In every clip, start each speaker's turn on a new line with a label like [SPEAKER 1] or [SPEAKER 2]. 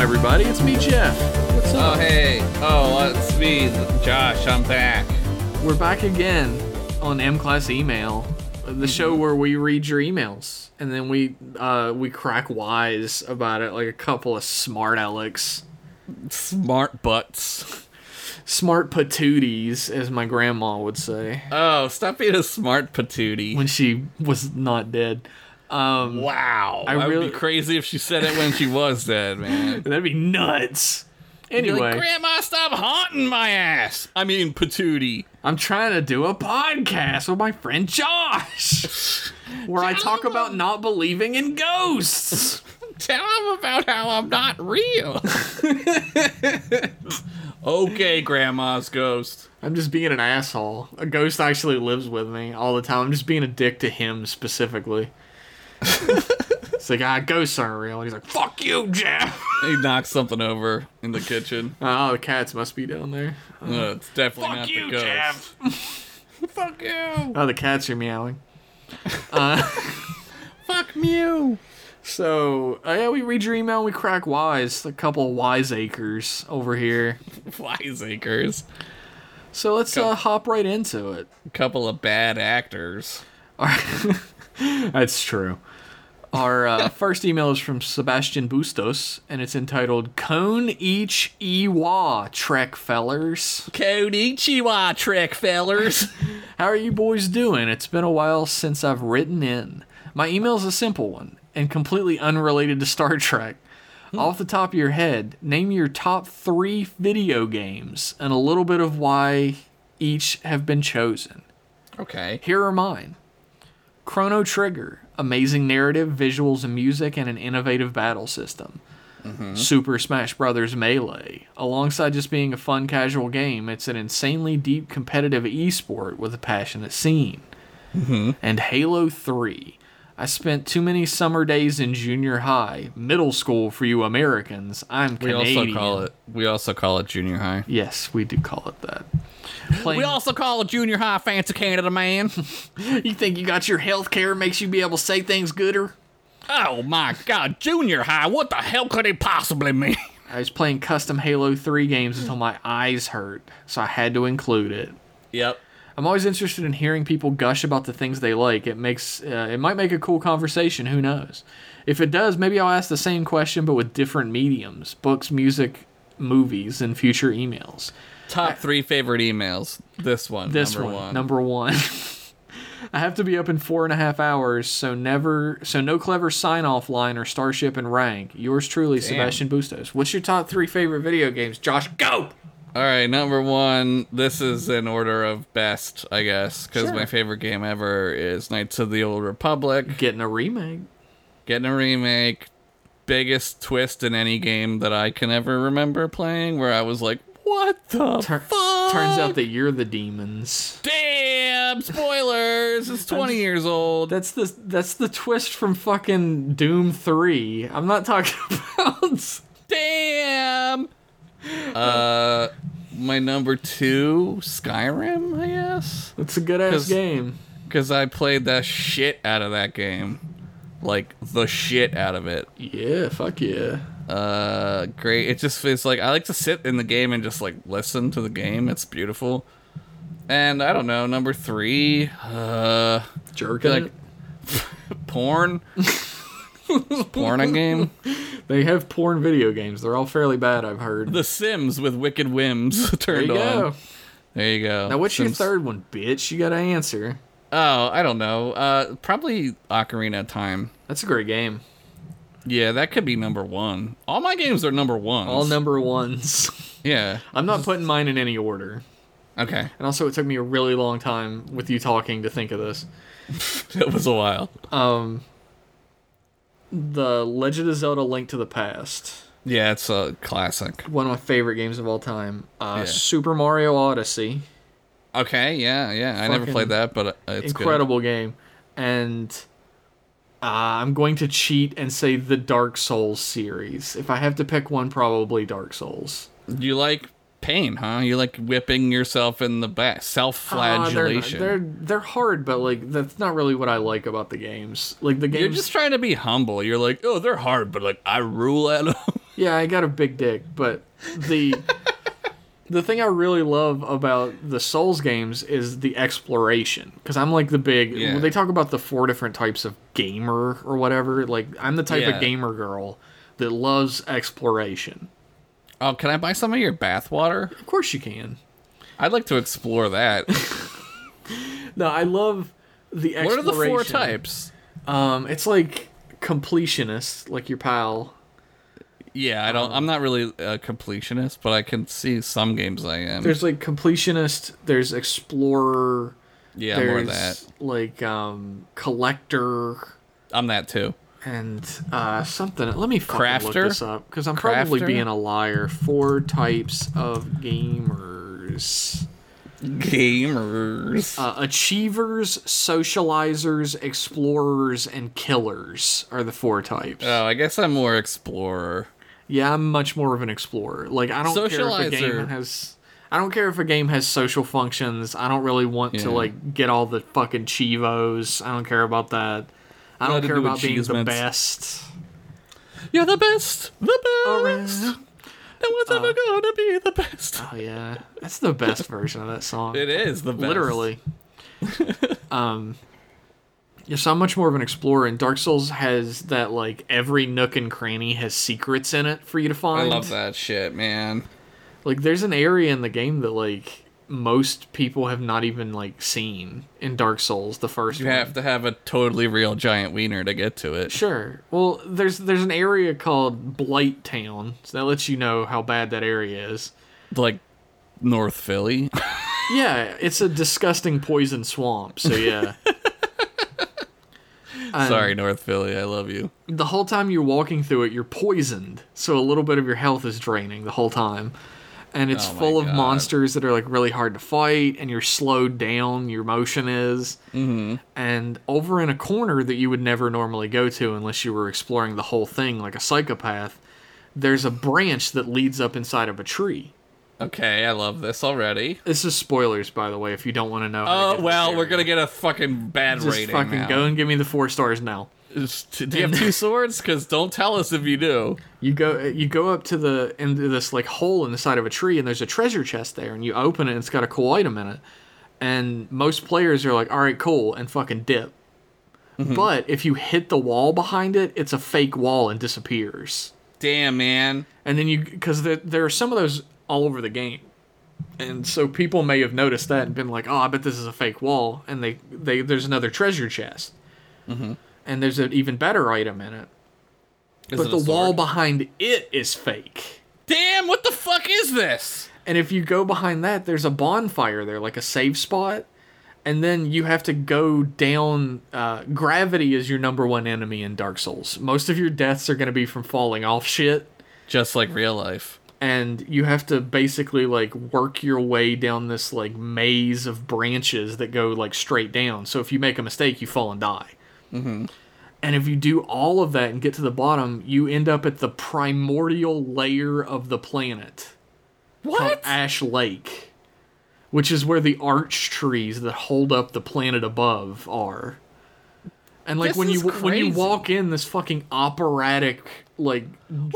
[SPEAKER 1] everybody. It's me, Jeff. What's
[SPEAKER 2] Oh
[SPEAKER 1] up?
[SPEAKER 2] hey! Oh, it's me, Josh. I'm back.
[SPEAKER 1] We're back again on M Class Email,
[SPEAKER 2] Mm-hmm.
[SPEAKER 1] the show where we read your emails and then we uh, we crack wise about it like a couple of smart alecks,
[SPEAKER 2] Smart butts.
[SPEAKER 1] smart patooties, as my grandma would say
[SPEAKER 2] Oh, stop being a smart patootie.
[SPEAKER 1] when she was not dead. Um,
[SPEAKER 2] Wow. I,
[SPEAKER 1] really-
[SPEAKER 2] would be crazy if she said it when she was dead, man.
[SPEAKER 1] that'd be nuts.
[SPEAKER 2] Be
[SPEAKER 1] Anyway,
[SPEAKER 2] Like, Grandma, stop haunting my ass. I mean, patootie.
[SPEAKER 1] I'm trying to do a podcast with my friend Josh, where I talk about not believing in ghosts.
[SPEAKER 2] Tell him about how I'm not real. okay, Grandma's ghost.
[SPEAKER 1] I'm just being an asshole. A ghost actually lives with me all the time. I'm just being a dick to him specifically. it's like, ah, ghosts aren't real. And he's like, fuck you, Jeff.
[SPEAKER 2] He knocked something over in the kitchen.
[SPEAKER 1] Oh, the cats must be down there.
[SPEAKER 2] No, it's definitely not the ghost. Fuck you.
[SPEAKER 1] Oh, the cats are meowing.
[SPEAKER 2] Fuck you.
[SPEAKER 1] So, uh, yeah, we read your email and we crack wise. A couple of wiseacres over here.
[SPEAKER 2] Wiseacres.
[SPEAKER 1] So let's uh, hop right into it.
[SPEAKER 2] A couple of bad actors.
[SPEAKER 1] That's true. Our uh, first email is from Sebastian Bustos, and it's entitled "Cone Each Ewa Trek Fellers."
[SPEAKER 2] Konichiwa, trick fellers.
[SPEAKER 1] How are you boys doing? It's been a while since I've written in. My email's a simple one and completely unrelated to Star Trek. Off the top of your head, name your top three video games and a little bit of why each have been chosen.
[SPEAKER 2] okay.
[SPEAKER 1] Here are mine Chrono Trigger, amazing narrative, visuals, and music, and an innovative battle system.
[SPEAKER 2] Mm-hmm.
[SPEAKER 1] Super Smash Bros. Melee. Alongside just being a fun casual game, it's an insanely deep competitive esport with a passionate scene.
[SPEAKER 2] Mm-hmm.
[SPEAKER 1] And Halo 3. I spent too many summer days in junior high, middle school for you Americans. I'm
[SPEAKER 2] We
[SPEAKER 1] Canadian.
[SPEAKER 2] also call it. We also call it junior high.
[SPEAKER 1] Yes, we do call it that.
[SPEAKER 2] We
[SPEAKER 1] Playing-
[SPEAKER 2] also call it junior high fancy Canada man.
[SPEAKER 1] you think you got your health care makes you be able to say things gooder?
[SPEAKER 2] oh my god, junior high. What the hell could it possibly mean?
[SPEAKER 1] I was playing custom Halo 3 games until my eyes hurt, so I had to include it.
[SPEAKER 2] Yep.
[SPEAKER 1] I'm always interested in hearing people gush about the things they like. It makes uh, it might make a cool conversation, who knows. If it does, maybe I'll ask the same question but with different mediums, books, music, movies in future emails.
[SPEAKER 2] Top three favorite emails. This one.
[SPEAKER 1] This
[SPEAKER 2] number
[SPEAKER 1] one, number one. I have to be up in four and a half hours, so never, so no clever sign off line or starship and rank. Yours truly, Sebastian Bustos. What's your top three favorite video games, Josh? Go.
[SPEAKER 2] All right, number one. This is in order of best, I guess, because
[SPEAKER 1] Sure.
[SPEAKER 2] my favorite game ever is Knights of the Old Republic.
[SPEAKER 1] Getting a remake.
[SPEAKER 2] Getting a remake. Biggest twist in any game that I can ever remember playing, where I was like, "What the
[SPEAKER 1] Tur-
[SPEAKER 2] fuck?"
[SPEAKER 1] Turns out that you're the demons.
[SPEAKER 2] damn spoilers. It's twenty years old.
[SPEAKER 1] That's the that's the twist from fucking Doom Three. I'm not talking about.
[SPEAKER 2] Damn. Uh, my number two, Skyrim, I guess,
[SPEAKER 1] It's a good ass
[SPEAKER 2] 'Cause-
[SPEAKER 1] game.
[SPEAKER 2] because I played the shit out of that game, like the shit out of it.
[SPEAKER 1] Yeah, fuck yeah.
[SPEAKER 2] uh great it just feels like i like to sit in the game and just like listen to the game it's beautiful and i don't know number three uh
[SPEAKER 1] Jerking.
[SPEAKER 2] like porn porn a game
[SPEAKER 1] it. they have porn video games. They're all fairly bad, I've heard.
[SPEAKER 2] the sims with wicked whims
[SPEAKER 1] There
[SPEAKER 2] turned
[SPEAKER 1] you go.
[SPEAKER 2] on there you go
[SPEAKER 1] Now, what's
[SPEAKER 2] Sims-
[SPEAKER 1] your third one, bitch? You got to answer.
[SPEAKER 2] oh i don't know uh probably ocarina of time
[SPEAKER 1] That's a great game.
[SPEAKER 2] yeah that could be number one all my games are number ones
[SPEAKER 1] All number ones.
[SPEAKER 2] yeah
[SPEAKER 1] I'm not putting mine in any order.
[SPEAKER 2] okay
[SPEAKER 1] And also, it took me a really long time with you talking to think of this.
[SPEAKER 2] that was a while
[SPEAKER 1] Um, the Legend of Zelda: Link to the Past,
[SPEAKER 2] yeah it's a classic
[SPEAKER 1] one of my favorite games of all time. Uh,
[SPEAKER 2] Yeah.
[SPEAKER 1] Super Mario Odyssey,
[SPEAKER 2] Okay, yeah, yeah. I never
[SPEAKER 1] Fucking
[SPEAKER 2] played that, but uh, it's incredible.
[SPEAKER 1] incredible game, and uh, I'm going to cheat and say the Dark Souls series. If I have to pick one, probably Dark Souls.
[SPEAKER 2] You like pain, huh? You like whipping yourself in the
[SPEAKER 1] Ah,
[SPEAKER 2] back,
[SPEAKER 1] they're not-
[SPEAKER 2] self-flagellation.
[SPEAKER 1] they're, they're hard, but like that's not really what I like about the games. Like the games,
[SPEAKER 2] You're just trying to be humble. You're like, oh, they're hard, but like I rule at them.
[SPEAKER 1] Yeah, I got a big dick, but the the thing I really love about the Souls games is the exploration because I'm like the big.
[SPEAKER 2] Yeah.
[SPEAKER 1] When they talk about the four different types of gamer or whatever, like I'm the type
[SPEAKER 2] Yeah.
[SPEAKER 1] of gamer girl that loves exploration.
[SPEAKER 2] Oh, can I buy some of your bathwater?
[SPEAKER 1] Of course, you can.
[SPEAKER 2] I'd like to explore that.
[SPEAKER 1] No, I love the
[SPEAKER 2] what are
[SPEAKER 1] exploration.
[SPEAKER 2] the four types?
[SPEAKER 1] Um, it's like completionist, like your pal.
[SPEAKER 2] Yeah, I don't. I'm not really a completionist, but I can see some games I am.
[SPEAKER 1] There's like completionist. There's explorer.
[SPEAKER 2] yeah,
[SPEAKER 1] there's
[SPEAKER 2] more of that.
[SPEAKER 1] like um, collector
[SPEAKER 2] I'm that too.
[SPEAKER 1] and uh, something. Let me fucking look
[SPEAKER 2] Crafter?
[SPEAKER 1] this up because I'm probably
[SPEAKER 2] Crafter?
[SPEAKER 1] being a liar. Four types of gamers:
[SPEAKER 2] Gamers.
[SPEAKER 1] uh, achievers, socializers, explorers, and killers are the four types.
[SPEAKER 2] oh, I guess I'm more explorer.
[SPEAKER 1] Yeah, I'm much more of an explorer. Like I don't care if a game
[SPEAKER 2] Socializer.
[SPEAKER 1] has I don't care if a game has social functions. I don't really want
[SPEAKER 2] Yeah.
[SPEAKER 1] to like get all the fucking chivos. I don't care about that. I
[SPEAKER 2] Nothing
[SPEAKER 1] don't
[SPEAKER 2] to
[SPEAKER 1] care
[SPEAKER 2] do with
[SPEAKER 1] about being the
[SPEAKER 2] achievements.
[SPEAKER 1] best.
[SPEAKER 2] You're the best. The
[SPEAKER 1] Oh,
[SPEAKER 2] best.
[SPEAKER 1] Around.
[SPEAKER 2] No one's ever gonna be the best.
[SPEAKER 1] Oh yeah. That's the best version of that song.
[SPEAKER 2] It is the best.
[SPEAKER 1] Literally. um yeah, so I'm much more of an explorer, and Dark Souls has that like every nook and cranny has secrets in it for you to
[SPEAKER 2] I
[SPEAKER 1] find.
[SPEAKER 2] love that shit, man.
[SPEAKER 1] like there's an area in the game that like most people have not even like seen in Dark Souls the first
[SPEAKER 2] You
[SPEAKER 1] one.
[SPEAKER 2] have to have a totally real giant wiener to get to it.
[SPEAKER 1] Sure. Well, there's there's an area called Blight Town, so that lets you know how bad that area is.
[SPEAKER 2] Like North Philly.
[SPEAKER 1] Yeah, it's a disgusting poison swamp. So yeah. Um,
[SPEAKER 2] Sorry, North Philly. I love you.
[SPEAKER 1] The whole time you're walking through it, you're poisoned, so a little bit of your health is draining the whole time. And it's
[SPEAKER 2] Oh my
[SPEAKER 1] full of
[SPEAKER 2] God.
[SPEAKER 1] monsters that are like really hard to fight, and you're slowed down. Your motion is.
[SPEAKER 2] Mm-hmm.
[SPEAKER 1] and over in a corner that you would never normally go to unless you were exploring the whole thing like a psychopath, there's a branch that leads up inside of a tree.
[SPEAKER 2] Okay, I love this already.
[SPEAKER 1] This is spoilers, by the way, if you don't want to know. how to
[SPEAKER 2] Oh
[SPEAKER 1] get to
[SPEAKER 2] well,
[SPEAKER 1] this
[SPEAKER 2] we're
[SPEAKER 1] area.
[SPEAKER 2] gonna get a fucking bad
[SPEAKER 1] just
[SPEAKER 2] rating
[SPEAKER 1] fucking
[SPEAKER 2] now.
[SPEAKER 1] go and give me the four stars now.
[SPEAKER 2] Is- t- Do you have two swords? Because don't tell us if you do.
[SPEAKER 1] You go, you go up to the into this like hole in the side of a tree, and there's a treasure chest there, and you open it, and it's got a cool item in it. And most players are like, "All right, cool," and fucking dip.
[SPEAKER 2] Mm-hmm.
[SPEAKER 1] But if you hit the wall behind it, it's a fake wall and disappears.
[SPEAKER 2] Damn, man.
[SPEAKER 1] and then you because there, there are some of those all over the game and so people may have noticed that and been like oh i bet this is a fake wall and they, they there's another treasure chest
[SPEAKER 2] Mm-hmm.
[SPEAKER 1] and there's an even better item in it
[SPEAKER 2] Is
[SPEAKER 1] but
[SPEAKER 2] it a
[SPEAKER 1] the wall
[SPEAKER 2] sword?
[SPEAKER 1] behind it is fake
[SPEAKER 2] Damn, what the fuck is this?
[SPEAKER 1] and if you go behind that there's a bonfire there like a save spot and then you have to go down uh, gravity is your number one enemy in dark souls most of your deaths are going to be from falling off shit
[SPEAKER 2] Just like real life.
[SPEAKER 1] and you have to basically like work your way down this like maze of branches that go like straight down. So if you make a mistake, you fall and die. And if you do all of that and get to the bottom, you end up at the primordial layer of the planet called
[SPEAKER 2] What?
[SPEAKER 1] Ash Lake, which is where the arch trees that hold up the planet above are. And like
[SPEAKER 2] This
[SPEAKER 1] when you
[SPEAKER 2] is
[SPEAKER 1] when you
[SPEAKER 2] crazy.
[SPEAKER 1] walk in, this fucking operatic like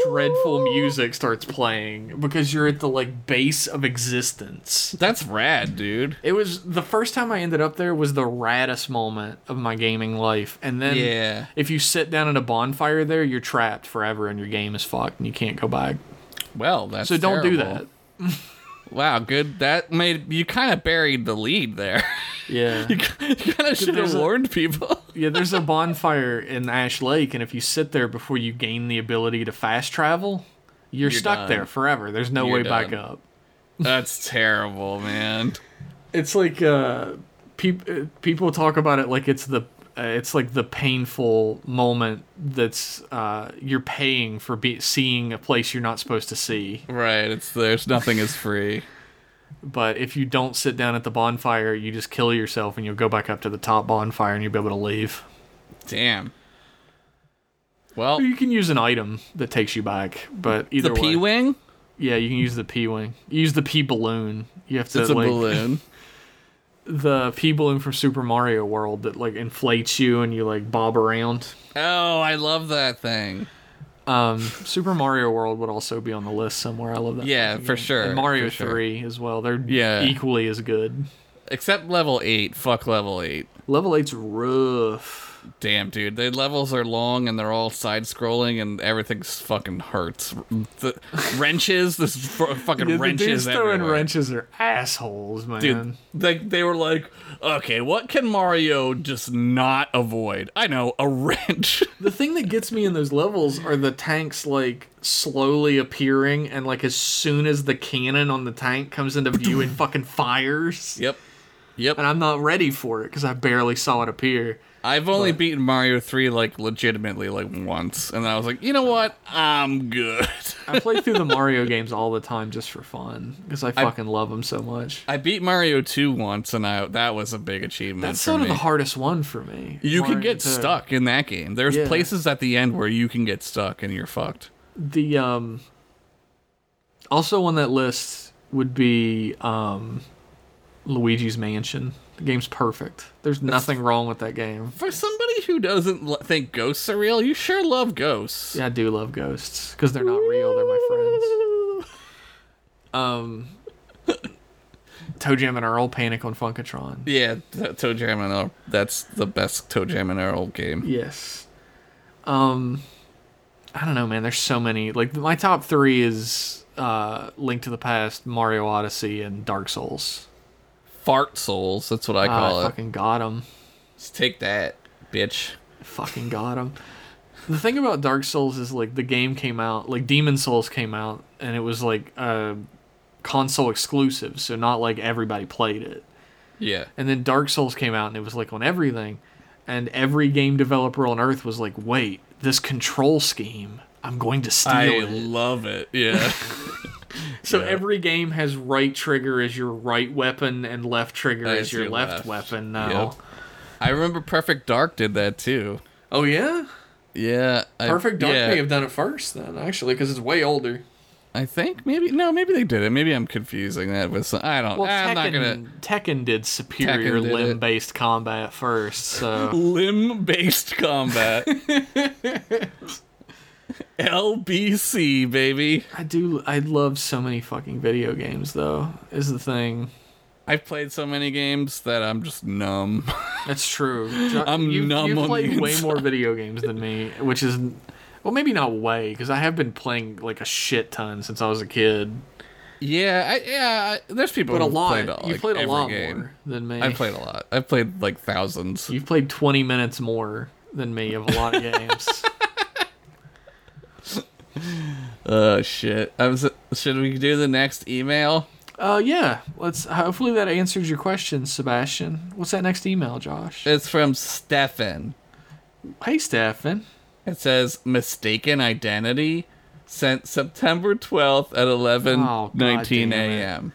[SPEAKER 1] dreadful music starts playing because you're at the like base of existence.
[SPEAKER 2] That's rad, dude.
[SPEAKER 1] It was the first time I ended up there was the raddest moment of my gaming life, and then
[SPEAKER 2] Yeah.
[SPEAKER 1] if you sit down at a bonfire there, you're trapped forever and your game is fucked and you can't go back.
[SPEAKER 2] Well, that's
[SPEAKER 1] So don't do that.
[SPEAKER 2] terrible. Wow, good. That made you kind of buried the lead there.
[SPEAKER 1] Yeah.
[SPEAKER 2] you kind of should have
[SPEAKER 1] there's a-
[SPEAKER 2] warned people.
[SPEAKER 1] Yeah, there's a bonfire in Ash Lake, and if you sit there before you gain the ability to fast travel, you're, stuck
[SPEAKER 2] done.
[SPEAKER 1] there forever. There's no
[SPEAKER 2] You're
[SPEAKER 1] way back
[SPEAKER 2] done.
[SPEAKER 1] up.
[SPEAKER 2] That's terrible, man.
[SPEAKER 1] It's like uh, peop- uh, people talk about it like it's the uh, it's like the painful moment that's uh, you're paying for be- seeing a place you're not supposed to see.
[SPEAKER 2] Right. It's there's nothing is free.
[SPEAKER 1] But if you don't sit down at the bonfire, you just kill yourself, and you'll go back up to the top bonfire, and you'll be able to leave.
[SPEAKER 2] Damn. Well,
[SPEAKER 1] Or you can use an item that takes you back, but either
[SPEAKER 2] the
[SPEAKER 1] way.
[SPEAKER 2] P wing.
[SPEAKER 1] Yeah, you can use the P wing. You Use the P balloon. You have to
[SPEAKER 2] It's a
[SPEAKER 1] like
[SPEAKER 2] balloon.
[SPEAKER 1] the P balloon from Super Mario World that like inflates you and you like bob around.
[SPEAKER 2] Oh, I love that thing.
[SPEAKER 1] Um, Super Mario World would also be on the list somewhere. I love that.
[SPEAKER 2] Yeah,
[SPEAKER 1] fucking
[SPEAKER 2] for
[SPEAKER 1] game.
[SPEAKER 2] sure,
[SPEAKER 1] And Mario
[SPEAKER 2] for sure.
[SPEAKER 1] Three as well. They're
[SPEAKER 2] Yeah.
[SPEAKER 1] equally as good.
[SPEAKER 2] Except level eight. Fuck level eight.
[SPEAKER 1] Level eight's rough.
[SPEAKER 2] Damn, dude. The levels are long and they're all side scrolling and everything's fucking hurts. The wrenches, this fu- fucking
[SPEAKER 1] Yeah, the dudes
[SPEAKER 2] wrenches
[SPEAKER 1] throwing
[SPEAKER 2] everywhere.
[SPEAKER 1] wrenches are assholes, man.
[SPEAKER 2] Dude, they, they were like, okay, what can Mario just not avoid? I know, a wrench.
[SPEAKER 1] The thing that gets me in those levels are the tanks like slowly appearing, and like as soon as the cannon on the tank comes into view, it fucking fires.
[SPEAKER 2] yep. Yep.
[SPEAKER 1] And I'm not ready for it because I barely saw it appear.
[SPEAKER 2] I've only beaten Mario 3 like legitimately like once and I was like, "You know what? I'm good."
[SPEAKER 1] I play through the Mario games all the time just for fun because I fucking love 'em love them so much.
[SPEAKER 2] I beat Mario 2 once and I that was a big achievement
[SPEAKER 1] That's
[SPEAKER 2] for
[SPEAKER 1] sort of
[SPEAKER 2] me.
[SPEAKER 1] the hardest one for me.
[SPEAKER 2] you
[SPEAKER 1] Mario
[SPEAKER 2] can get
[SPEAKER 1] two.
[SPEAKER 2] stuck in that game. There's
[SPEAKER 1] Yeah.
[SPEAKER 2] places at the end where you can get stuck and you're fucked.
[SPEAKER 1] The um, also on that list would be um, Luigi's Mansion. The game's perfect. There's nothing wrong with that game.
[SPEAKER 2] For somebody who doesn't l- think ghosts are real, you sure love ghosts.
[SPEAKER 1] Yeah, I do love ghosts because they're not real. They're my friends. Um, Toe Jam and Earl Panic on Funkatron.
[SPEAKER 2] Yeah, T- Toe Jam and Earl. That's the best Toe Jam and Earl game.
[SPEAKER 1] Yes. Um, I don't know, man. There's so many. Like my top three is uh, Link to the Past, Mario Odyssey, and Dark Souls.
[SPEAKER 2] Fart Souls, that's what I
[SPEAKER 1] Ah, I
[SPEAKER 2] call it.
[SPEAKER 1] fucking got 'em.
[SPEAKER 2] Just take that, bitch.
[SPEAKER 1] fucking got him. The thing about Dark Souls is like the game came out, like Demon Souls came out, and it was like a console exclusive, so not like everybody played it.
[SPEAKER 2] Yeah.
[SPEAKER 1] And then Dark Souls came out, and it was like on everything, and every game developer on earth was like, "Wait, this control scheme, I'm going to steal
[SPEAKER 2] I
[SPEAKER 1] it."
[SPEAKER 2] love it. Yeah.
[SPEAKER 1] So
[SPEAKER 2] Yeah.
[SPEAKER 1] every game has right trigger as your right weapon and left trigger as, your, left, weapon now.
[SPEAKER 2] Yep. I remember Perfect Dark did that too.
[SPEAKER 1] Oh yeah,
[SPEAKER 2] Yeah. I-
[SPEAKER 1] Perfect Dark
[SPEAKER 2] yeah,
[SPEAKER 1] may have done it first then, actually, because it's way older.
[SPEAKER 2] I think maybe no, maybe they did it. Maybe I'm confusing that with some, I don't.
[SPEAKER 1] Well,
[SPEAKER 2] I'm not
[SPEAKER 1] Tekken,
[SPEAKER 2] gonna
[SPEAKER 1] Tekken did superior
[SPEAKER 2] Tekken did it.
[SPEAKER 1] limb based combat first, so
[SPEAKER 2] limb based combat. LBC baby.
[SPEAKER 1] I do. I love so many fucking video games, though. Is the thing.
[SPEAKER 2] I've played so many games that I'm just numb.
[SPEAKER 1] That's true.
[SPEAKER 2] I'm
[SPEAKER 1] you,
[SPEAKER 2] numb
[SPEAKER 1] You
[SPEAKER 2] on
[SPEAKER 1] played
[SPEAKER 2] the
[SPEAKER 1] way
[SPEAKER 2] inside.
[SPEAKER 1] more video games than me, which is, well, maybe not way, because I have been playing like a shit ton since I was a kid.
[SPEAKER 2] yeah, I, yeah. I- There's people
[SPEAKER 1] But a
[SPEAKER 2] who
[SPEAKER 1] lot.
[SPEAKER 2] Played, like,
[SPEAKER 1] you played a
[SPEAKER 2] every
[SPEAKER 1] lot
[SPEAKER 2] game.
[SPEAKER 1] more than me.
[SPEAKER 2] I played a lot. I've played like thousands.
[SPEAKER 1] You've played 20 minutes more than me of a lot of games.
[SPEAKER 2] Uh, shit. I was. Should we do the next email?
[SPEAKER 1] Uh, yeah. Let's. Hopefully that answers your question, Sebastian. What's that next email, Josh?
[SPEAKER 2] It's from Stefan.
[SPEAKER 1] hey, Stefan.
[SPEAKER 2] It says mistaken identity sent September 12th at eleven
[SPEAKER 1] Oh,
[SPEAKER 2] nineteen
[SPEAKER 1] God damn it.
[SPEAKER 2] a.m.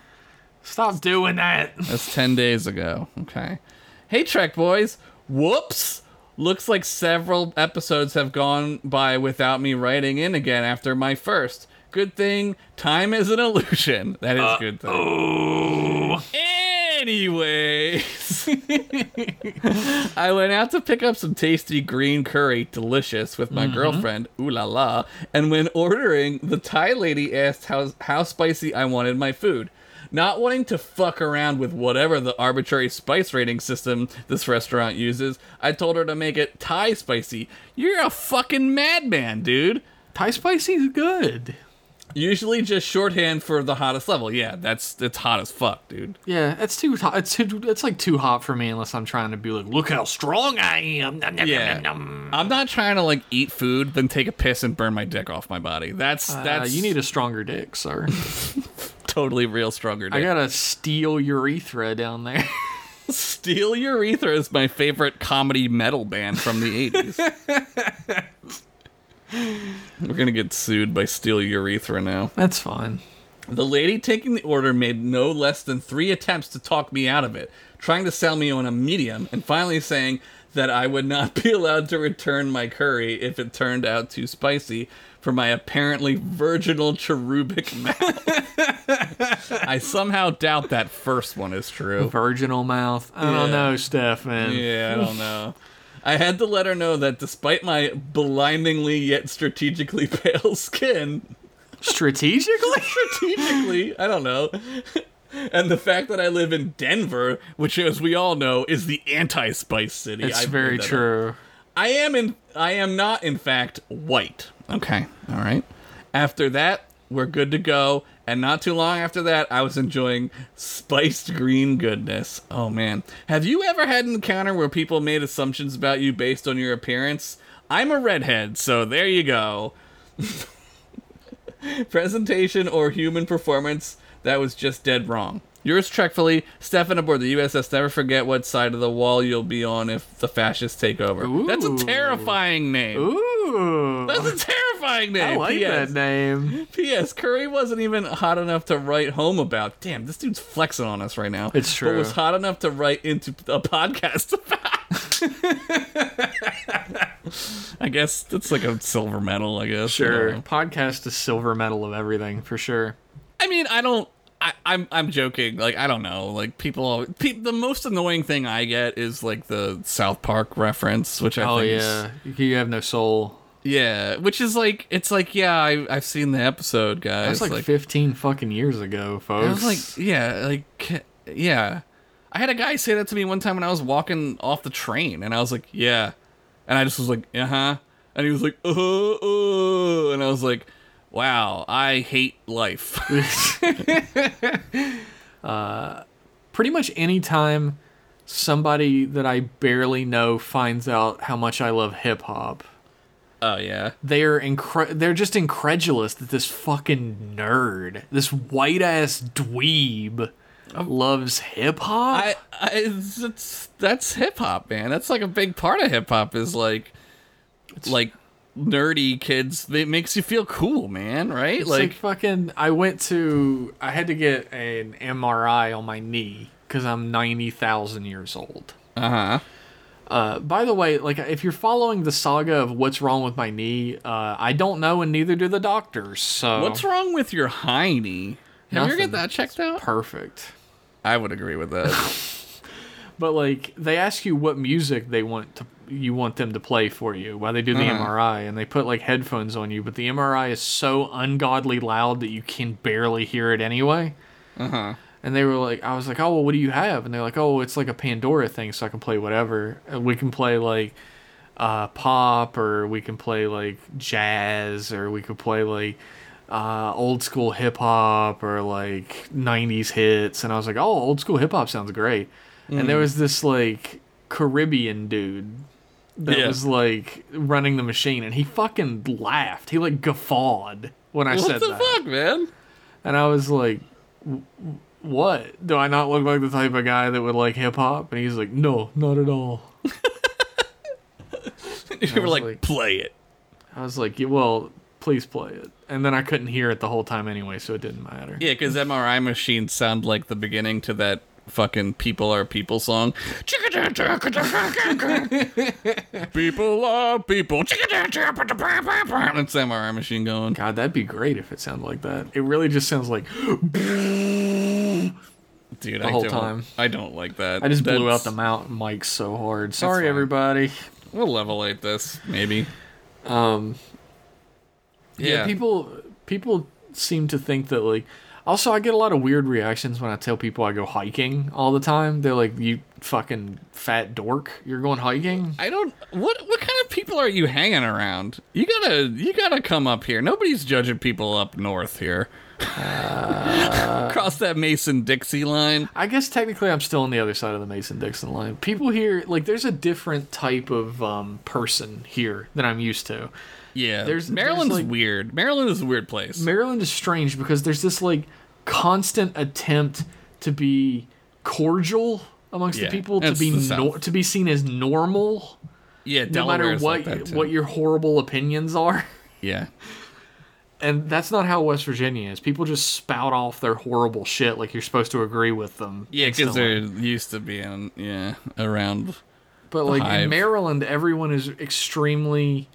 [SPEAKER 1] Stop doing that.
[SPEAKER 2] That's 10 days ago. Okay. Hey, Trek Boys. Whoops. Looks like several episodes have gone by without me writing in again after my first. Good thing time is an illusion. That is good thing.
[SPEAKER 1] Oh.
[SPEAKER 2] Anyways, I went out to pick up some tasty green curry, delicious, with my girlfriend, ooh la la. And when ordering, the Thai lady asked how, how spicy I wanted my food. Not wanting to fuck around with whatever the arbitrary spice rating system this restaurant uses, I told her to make it Thai spicy. You're a fucking madman, dude.
[SPEAKER 1] Thai spicy is good.
[SPEAKER 2] Usually just shorthand for the hottest level. Yeah, that's it's hot as fuck, dude.
[SPEAKER 1] Yeah, it's too hot. It's too, it's like too hot for me unless I'm trying to be like, look how strong I am. Nom, nom,
[SPEAKER 2] Yeah.
[SPEAKER 1] nom, nom, nom.
[SPEAKER 2] I'm not trying to like eat food, then take a piss and burn my dick off my body. That's
[SPEAKER 1] Uh,
[SPEAKER 2] that's
[SPEAKER 1] you need a stronger dick, sir.
[SPEAKER 2] totally real stronger
[SPEAKER 1] I
[SPEAKER 2] dick.
[SPEAKER 1] got a steel urethra down there.
[SPEAKER 2] Steel Urethra is my favorite comedy metal band from the 80s. We're gonna get sued by Steel Urethra now.
[SPEAKER 1] That's fine.
[SPEAKER 2] The lady taking the order made no less than three attempts to talk me out of it, trying to sell me on a medium, and finally saying that I would not be allowed to return my curry if it turned out too spicy for my apparently virginal cherubic mouth. I somehow doubt that first one is true.
[SPEAKER 1] Virginal mouth. I don't
[SPEAKER 2] Yeah.
[SPEAKER 1] know, Stefan.
[SPEAKER 2] Yeah, I don't know. I had to let her know that despite my blindingly yet strategically pale skin,
[SPEAKER 1] Strategically?
[SPEAKER 2] strategically, I don't know, and the fact that I live in Denver, which, as we all know, is the anti-spice city.
[SPEAKER 1] It's
[SPEAKER 2] I've
[SPEAKER 1] very
[SPEAKER 2] made that up.
[SPEAKER 1] true.
[SPEAKER 2] I am in. I am not, in fact, white. Okay. All right. After that, we're good to go. And not too long after that, I was enjoying spiced green goodness. Oh man, have you ever had an encounter where people made assumptions about you based on your appearance? I'm a redhead, so there you go. Presentation or human performance that was just dead wrong. Yours respectfully, Stefan aboard the USS. Never forget what side of the wall you'll be on if the fascists take over. That's a
[SPEAKER 1] Ooh.
[SPEAKER 2] terrifying name.
[SPEAKER 1] Ooh.
[SPEAKER 2] That's a terrifying name.
[SPEAKER 1] I like
[SPEAKER 2] P.S.
[SPEAKER 1] that name.
[SPEAKER 2] P.S. Curry wasn't even hot enough to write home about. Damn, this dude's flexing on us right now.
[SPEAKER 1] It's
[SPEAKER 2] But
[SPEAKER 1] true.
[SPEAKER 2] was hot enough to write into a podcast about. I guess that's like a silver medal. I guess. I
[SPEAKER 1] Sure.
[SPEAKER 2] don't know.
[SPEAKER 1] Podcast is silver medal of everything, for sure.
[SPEAKER 2] I mean, I don't. I, I'm I'm joking. Like I don't know. Like people, always, pe- the most annoying thing I get is like the South Park reference, which I
[SPEAKER 1] Oh,
[SPEAKER 2] think is,
[SPEAKER 1] yeah. You have no soul.
[SPEAKER 2] yeah, which is like it's like yeah, I I've seen the episode, guys.
[SPEAKER 1] That's like, 15 fucking years ago, folks.
[SPEAKER 2] I was like, yeah, like, ca- yeah. I had a guy say that to me one time when I was walking off the train, and I was like, yeah. And I just was like, uh huh. And he was like, uh huh. And I was like, wow, I hate life.
[SPEAKER 1] Uh, pretty much any time somebody that I barely know finds out how much I love hip hop,
[SPEAKER 2] oh, yeah.
[SPEAKER 1] they're incre- they're just incredulous that this fucking nerd, this white ass dweeb, loves hip hop.
[SPEAKER 2] Oh. I, I it's, it's, that's hip hop, man. That's like a big part of hip hop is like, like nerdy kids. It makes you feel cool, man, right?
[SPEAKER 1] It's like, fucking I went to I had to get an MRI on my knee cuz I'm 90,000 years old.
[SPEAKER 2] uh huh.
[SPEAKER 1] Uh, by the way, like if you're following the saga of what's wrong with my knee, uh, I don't know and neither do the doctors. So
[SPEAKER 2] What's wrong with your hiney? Have you ever
[SPEAKER 1] oh. Nothing.
[SPEAKER 2] get that checked out?
[SPEAKER 1] perfect.
[SPEAKER 2] I would agree with that.
[SPEAKER 1] But like they ask you what music they want to you want them to play for you while they do the
[SPEAKER 2] Uh-huh.
[SPEAKER 1] MRI and they put like headphones on you, but the MRI is so ungodly loud that you can barely hear it anyway.
[SPEAKER 2] Uh-huh.
[SPEAKER 1] And they were like, I was like, oh well, what do you have? And they're like, oh, it's like a Pandora thing, so I can play whatever. And we can play like uh, pop, or we can play like jazz, or we could play like uh, old school hip hop, or like '90s hits. And I was like, oh, old school hip hop sounds great. And
[SPEAKER 2] Mm.
[SPEAKER 1] there was this like Caribbean dude that
[SPEAKER 2] Yeah.
[SPEAKER 1] was like running the machine, and he fucking laughed. He like guffawed when I
[SPEAKER 2] what
[SPEAKER 1] said
[SPEAKER 2] the
[SPEAKER 1] that.
[SPEAKER 2] fuck, man?
[SPEAKER 1] And I was like, "W- w- "What? Do I not look like the type of guy that would like hip hop?" And he's like, "No, not at all."
[SPEAKER 2] You were
[SPEAKER 1] was
[SPEAKER 2] like,
[SPEAKER 1] like-
[SPEAKER 2] play it.
[SPEAKER 1] I was like, "Yeah, "Well, please play it." And then I couldn't hear it the whole time anyway, so it didn't matter.
[SPEAKER 2] Yeah, because MRI machines sound like the beginning to that fucking "People Are People" song. people are people. It's MRI machine going.
[SPEAKER 1] God, that'd be great if it sounded like that. It really just sounds like
[SPEAKER 2] Dude,
[SPEAKER 1] The
[SPEAKER 2] I
[SPEAKER 1] whole
[SPEAKER 2] don't,
[SPEAKER 1] time.
[SPEAKER 2] I don't like that.
[SPEAKER 1] I just blew
[SPEAKER 2] That's-
[SPEAKER 1] out the mountain mic so hard. Sorry,
[SPEAKER 2] fine.
[SPEAKER 1] everybody.
[SPEAKER 2] We'll levelate this, maybe.
[SPEAKER 1] Um, yeah.
[SPEAKER 2] Yeah.
[SPEAKER 1] people people seem to think that like. Also, I get a lot of weird reactions when I tell people I go hiking all the time. They're like, "You fucking fat dork, you're going hiking."
[SPEAKER 2] I don't. What what kind of people are you hanging around? You gotta you gotta come up here. Nobody's judging people up north here. Cross that Mason Dixie line.
[SPEAKER 1] I guess technically I'm still on the other side of the Mason Dixon line. People here, like, there's a different type of um, person here than I'm used to.
[SPEAKER 2] Yeah,
[SPEAKER 1] There's-
[SPEAKER 2] Maryland's
[SPEAKER 1] there's, like-
[SPEAKER 2] weird. Maryland is a weird place.
[SPEAKER 1] Maryland is strange because there's this, like, constant attempt to be cordial amongst
[SPEAKER 2] Yeah,
[SPEAKER 1] the people, to
[SPEAKER 2] that's
[SPEAKER 1] be,
[SPEAKER 2] the
[SPEAKER 1] nor
[SPEAKER 2] South.
[SPEAKER 1] to be seen as normal,
[SPEAKER 2] yeah,
[SPEAKER 1] no
[SPEAKER 2] Delaware is like
[SPEAKER 1] matter
[SPEAKER 2] that
[SPEAKER 1] what,
[SPEAKER 2] too.
[SPEAKER 1] what your horrible opinions are.
[SPEAKER 2] yeah.
[SPEAKER 1] And that's not how West Virginia is. People just spout off their horrible shit like you're supposed to agree with them.
[SPEAKER 2] Yeah, because
[SPEAKER 1] instantly.
[SPEAKER 2] they're used to being yeah around.
[SPEAKER 1] But like
[SPEAKER 2] hive.
[SPEAKER 1] in Maryland, everyone is extremely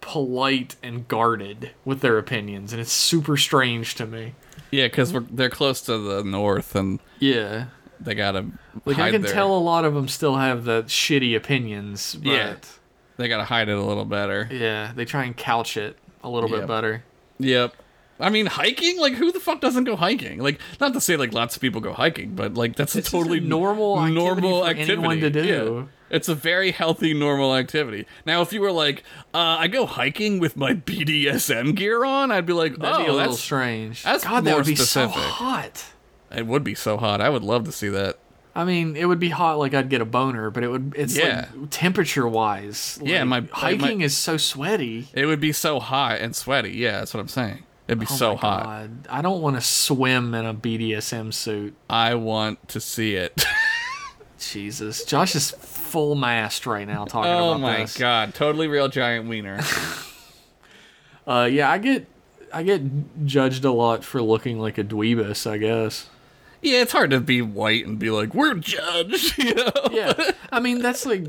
[SPEAKER 1] polite and guarded with their opinions, and it's super strange to me.
[SPEAKER 2] Yeah, because they're close to the north, and
[SPEAKER 1] Yeah,
[SPEAKER 2] they gotta
[SPEAKER 1] Like I
[SPEAKER 2] hide
[SPEAKER 1] can
[SPEAKER 2] their-
[SPEAKER 1] tell a lot of them still have the shitty opinions, but
[SPEAKER 2] Yeah. they gotta hide it a little better.
[SPEAKER 1] yeah, they try and couch it a little
[SPEAKER 2] Yep.
[SPEAKER 1] bit better.
[SPEAKER 2] Yep. I mean, hiking? Like, who the fuck doesn't go hiking? Like, not to say like lots of people go hiking, but like that's a
[SPEAKER 1] It's just
[SPEAKER 2] totally
[SPEAKER 1] a normal activity
[SPEAKER 2] normal
[SPEAKER 1] for anyone
[SPEAKER 2] activity.
[SPEAKER 1] to
[SPEAKER 2] Yeah.
[SPEAKER 1] do.
[SPEAKER 2] It's a very healthy, normal activity. Now, if you were like, uh, I go hiking with my BDSM gear on, I'd be like,
[SPEAKER 1] That'd
[SPEAKER 2] oh,
[SPEAKER 1] be a little
[SPEAKER 2] that's
[SPEAKER 1] strange.
[SPEAKER 2] that's
[SPEAKER 1] God, that
[SPEAKER 2] more
[SPEAKER 1] would be so
[SPEAKER 2] specific.
[SPEAKER 1] hot.
[SPEAKER 2] it would be so hot. I would love to see that.
[SPEAKER 1] I mean, it would be hot like I'd get a boner, but it would it's
[SPEAKER 2] Yeah.
[SPEAKER 1] like temperature wise.
[SPEAKER 2] Yeah,
[SPEAKER 1] like,
[SPEAKER 2] my- my-
[SPEAKER 1] hiking is so sweaty.
[SPEAKER 2] It would be so hot and sweaty. Yeah, that's what I'm saying. It'd be
[SPEAKER 1] Oh
[SPEAKER 2] so
[SPEAKER 1] my
[SPEAKER 2] hot.
[SPEAKER 1] God. I don't want to swim in a BDSM suit.
[SPEAKER 2] I want to see it.
[SPEAKER 1] Jesus. Josh is full mast right now talking
[SPEAKER 2] oh
[SPEAKER 1] about
[SPEAKER 2] my
[SPEAKER 1] this.
[SPEAKER 2] god, totally real giant wiener.
[SPEAKER 1] Uh yeah, I get I get judged a lot for looking like a dweebus, I guess.
[SPEAKER 2] yeah, it's hard to be white and be like, we're judged. You know?
[SPEAKER 1] Yeah. I mean, that's like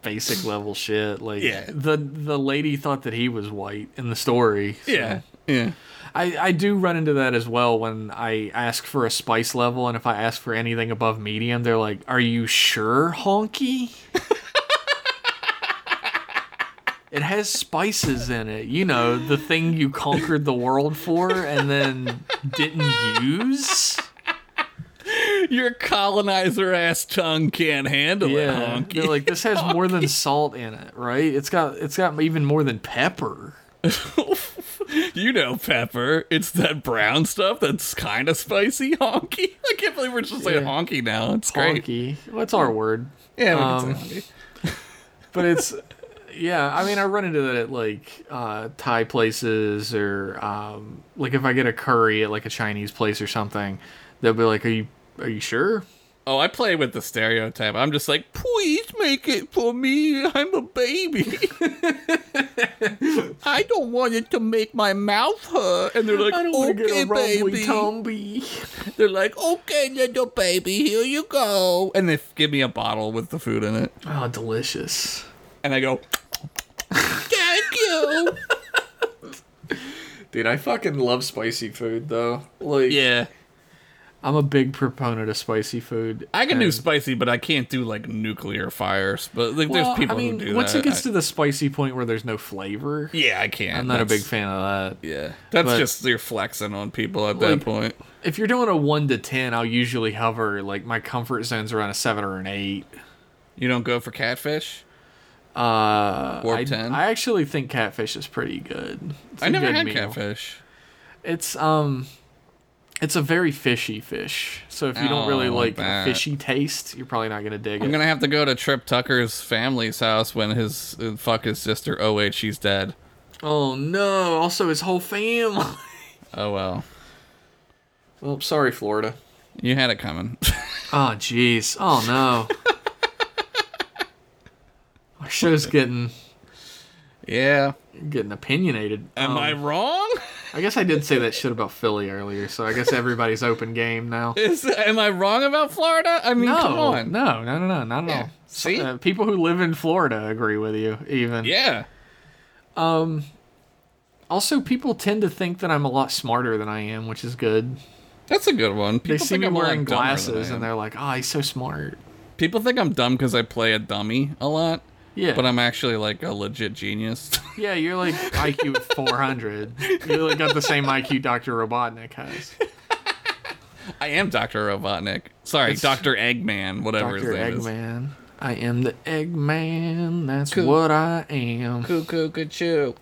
[SPEAKER 1] basic level shit. Like
[SPEAKER 2] Yeah.
[SPEAKER 1] the the lady thought that he was white in the story. so-
[SPEAKER 2] Yeah. Yeah.
[SPEAKER 1] I, I do run into that as well when I ask for a spice level, and if I ask for anything above medium, they're like, Are you sure, honky? it has spices in it, you know, the thing you conquered the world for and then didn't use.
[SPEAKER 2] Your colonizer ass tongue can't handle
[SPEAKER 1] Yeah,
[SPEAKER 2] it,
[SPEAKER 1] they're
[SPEAKER 2] honky.
[SPEAKER 1] like this has more than salt in it, right? It's got it's got even more than pepper.
[SPEAKER 2] you know, Pepper, it's that brown stuff that's kind of spicy, honky. I can't believe we're just saying
[SPEAKER 1] Yeah.
[SPEAKER 2] honky now. It's great.
[SPEAKER 1] Honky, what's our word?
[SPEAKER 2] Yeah, we
[SPEAKER 1] Um,
[SPEAKER 2] can say honky.
[SPEAKER 1] but it's yeah i mean i run into that at like uh thai places or um like if i get a curry at like a chinese place or something they'll be like are you are you sure
[SPEAKER 2] Oh, I play with the stereotype. I'm just like, please make it for me. I'm a baby. I don't want it to make my mouth hurt. And they're like, okay, baby.
[SPEAKER 1] tumbly.
[SPEAKER 2] They're like, okay, little baby, here you go. And they f- give me a bottle with the food in it.
[SPEAKER 1] oh delicious
[SPEAKER 2] And I go, thank you.
[SPEAKER 1] dude i fucking love spicy food though like
[SPEAKER 2] yeah.
[SPEAKER 1] i'm a big proponent of spicy food
[SPEAKER 2] I can do
[SPEAKER 1] and-
[SPEAKER 2] spicy, but I can't do like nuclear fires. But like,
[SPEAKER 1] Well,
[SPEAKER 2] there's people
[SPEAKER 1] I mean,
[SPEAKER 2] who do
[SPEAKER 1] once
[SPEAKER 2] that.
[SPEAKER 1] it gets
[SPEAKER 2] I-
[SPEAKER 1] to the spicy point where there's no flavor
[SPEAKER 2] yeah, I can't.
[SPEAKER 1] i'm not a
[SPEAKER 2] That's-
[SPEAKER 1] big fan of that
[SPEAKER 2] Yeah. That's
[SPEAKER 1] but-
[SPEAKER 2] just you're flexing on people at
[SPEAKER 1] Like-
[SPEAKER 2] that point.
[SPEAKER 1] if you're doing a 1 to 10 i'll usually hover like my comfort zone's around a 7 or an 8
[SPEAKER 2] You don't go for catfish?
[SPEAKER 1] Uh,
[SPEAKER 2] Warp
[SPEAKER 1] I,
[SPEAKER 2] 10?
[SPEAKER 1] I actually think catfish is pretty good. It's
[SPEAKER 2] I
[SPEAKER 1] a
[SPEAKER 2] never
[SPEAKER 1] good
[SPEAKER 2] had
[SPEAKER 1] meal.
[SPEAKER 2] catfish.
[SPEAKER 1] It's um, it's a very fishy fish. So if you don't really
[SPEAKER 2] Oh, I
[SPEAKER 1] like a
[SPEAKER 2] bet.
[SPEAKER 1] fishy taste, you're probably not gonna dig
[SPEAKER 2] I'm
[SPEAKER 1] it.
[SPEAKER 2] going to have to go to Trip Tucker's family's house when his uh, fuck his sister. Oh, wait, she's dead.
[SPEAKER 1] Oh no! Also, his whole family.
[SPEAKER 2] Oh, well.
[SPEAKER 1] well, sorry, Florida.
[SPEAKER 2] You had it coming.
[SPEAKER 1] Oh jeez. Oh no. Our show's getting
[SPEAKER 2] yeah.
[SPEAKER 1] getting opinionated.
[SPEAKER 2] Am
[SPEAKER 1] Um,
[SPEAKER 2] I wrong?
[SPEAKER 1] I guess I did say that shit about Philly earlier, so I guess everybody's open game now.
[SPEAKER 2] Is am I wrong about Florida? I mean,
[SPEAKER 1] No,
[SPEAKER 2] come on.
[SPEAKER 1] no, no, no, no, not at
[SPEAKER 2] Yeah.
[SPEAKER 1] all.
[SPEAKER 2] See?
[SPEAKER 1] uh, people who live in Florida agree with you. Even
[SPEAKER 2] Yeah.
[SPEAKER 1] also, people tend to think that I'm a lot smarter than I am, which is good.
[SPEAKER 2] That's a good one.
[SPEAKER 1] They
[SPEAKER 2] People
[SPEAKER 1] see
[SPEAKER 2] think
[SPEAKER 1] me
[SPEAKER 2] I'm a lot
[SPEAKER 1] wearing
[SPEAKER 2] dumber than I
[SPEAKER 1] glasses,
[SPEAKER 2] am.
[SPEAKER 1] and they're like, "Oh, he's so smart."
[SPEAKER 2] people think I'm dumb because I play a dummy a lot,
[SPEAKER 1] Yeah,
[SPEAKER 2] but I'm actually like a legit genius.
[SPEAKER 1] yeah, you're like IQ of 400. You like got the same IQ Doctor Robotnik has.
[SPEAKER 2] I am Doctor Robotnik. Sorry,
[SPEAKER 1] It's-
[SPEAKER 2] Doctor Eggman, whatever
[SPEAKER 1] Doctor
[SPEAKER 2] his name is.
[SPEAKER 1] Eggman. I am the Eggman. That's
[SPEAKER 2] Cool.
[SPEAKER 1] what I am.
[SPEAKER 2] Cuckoo, cuckoo.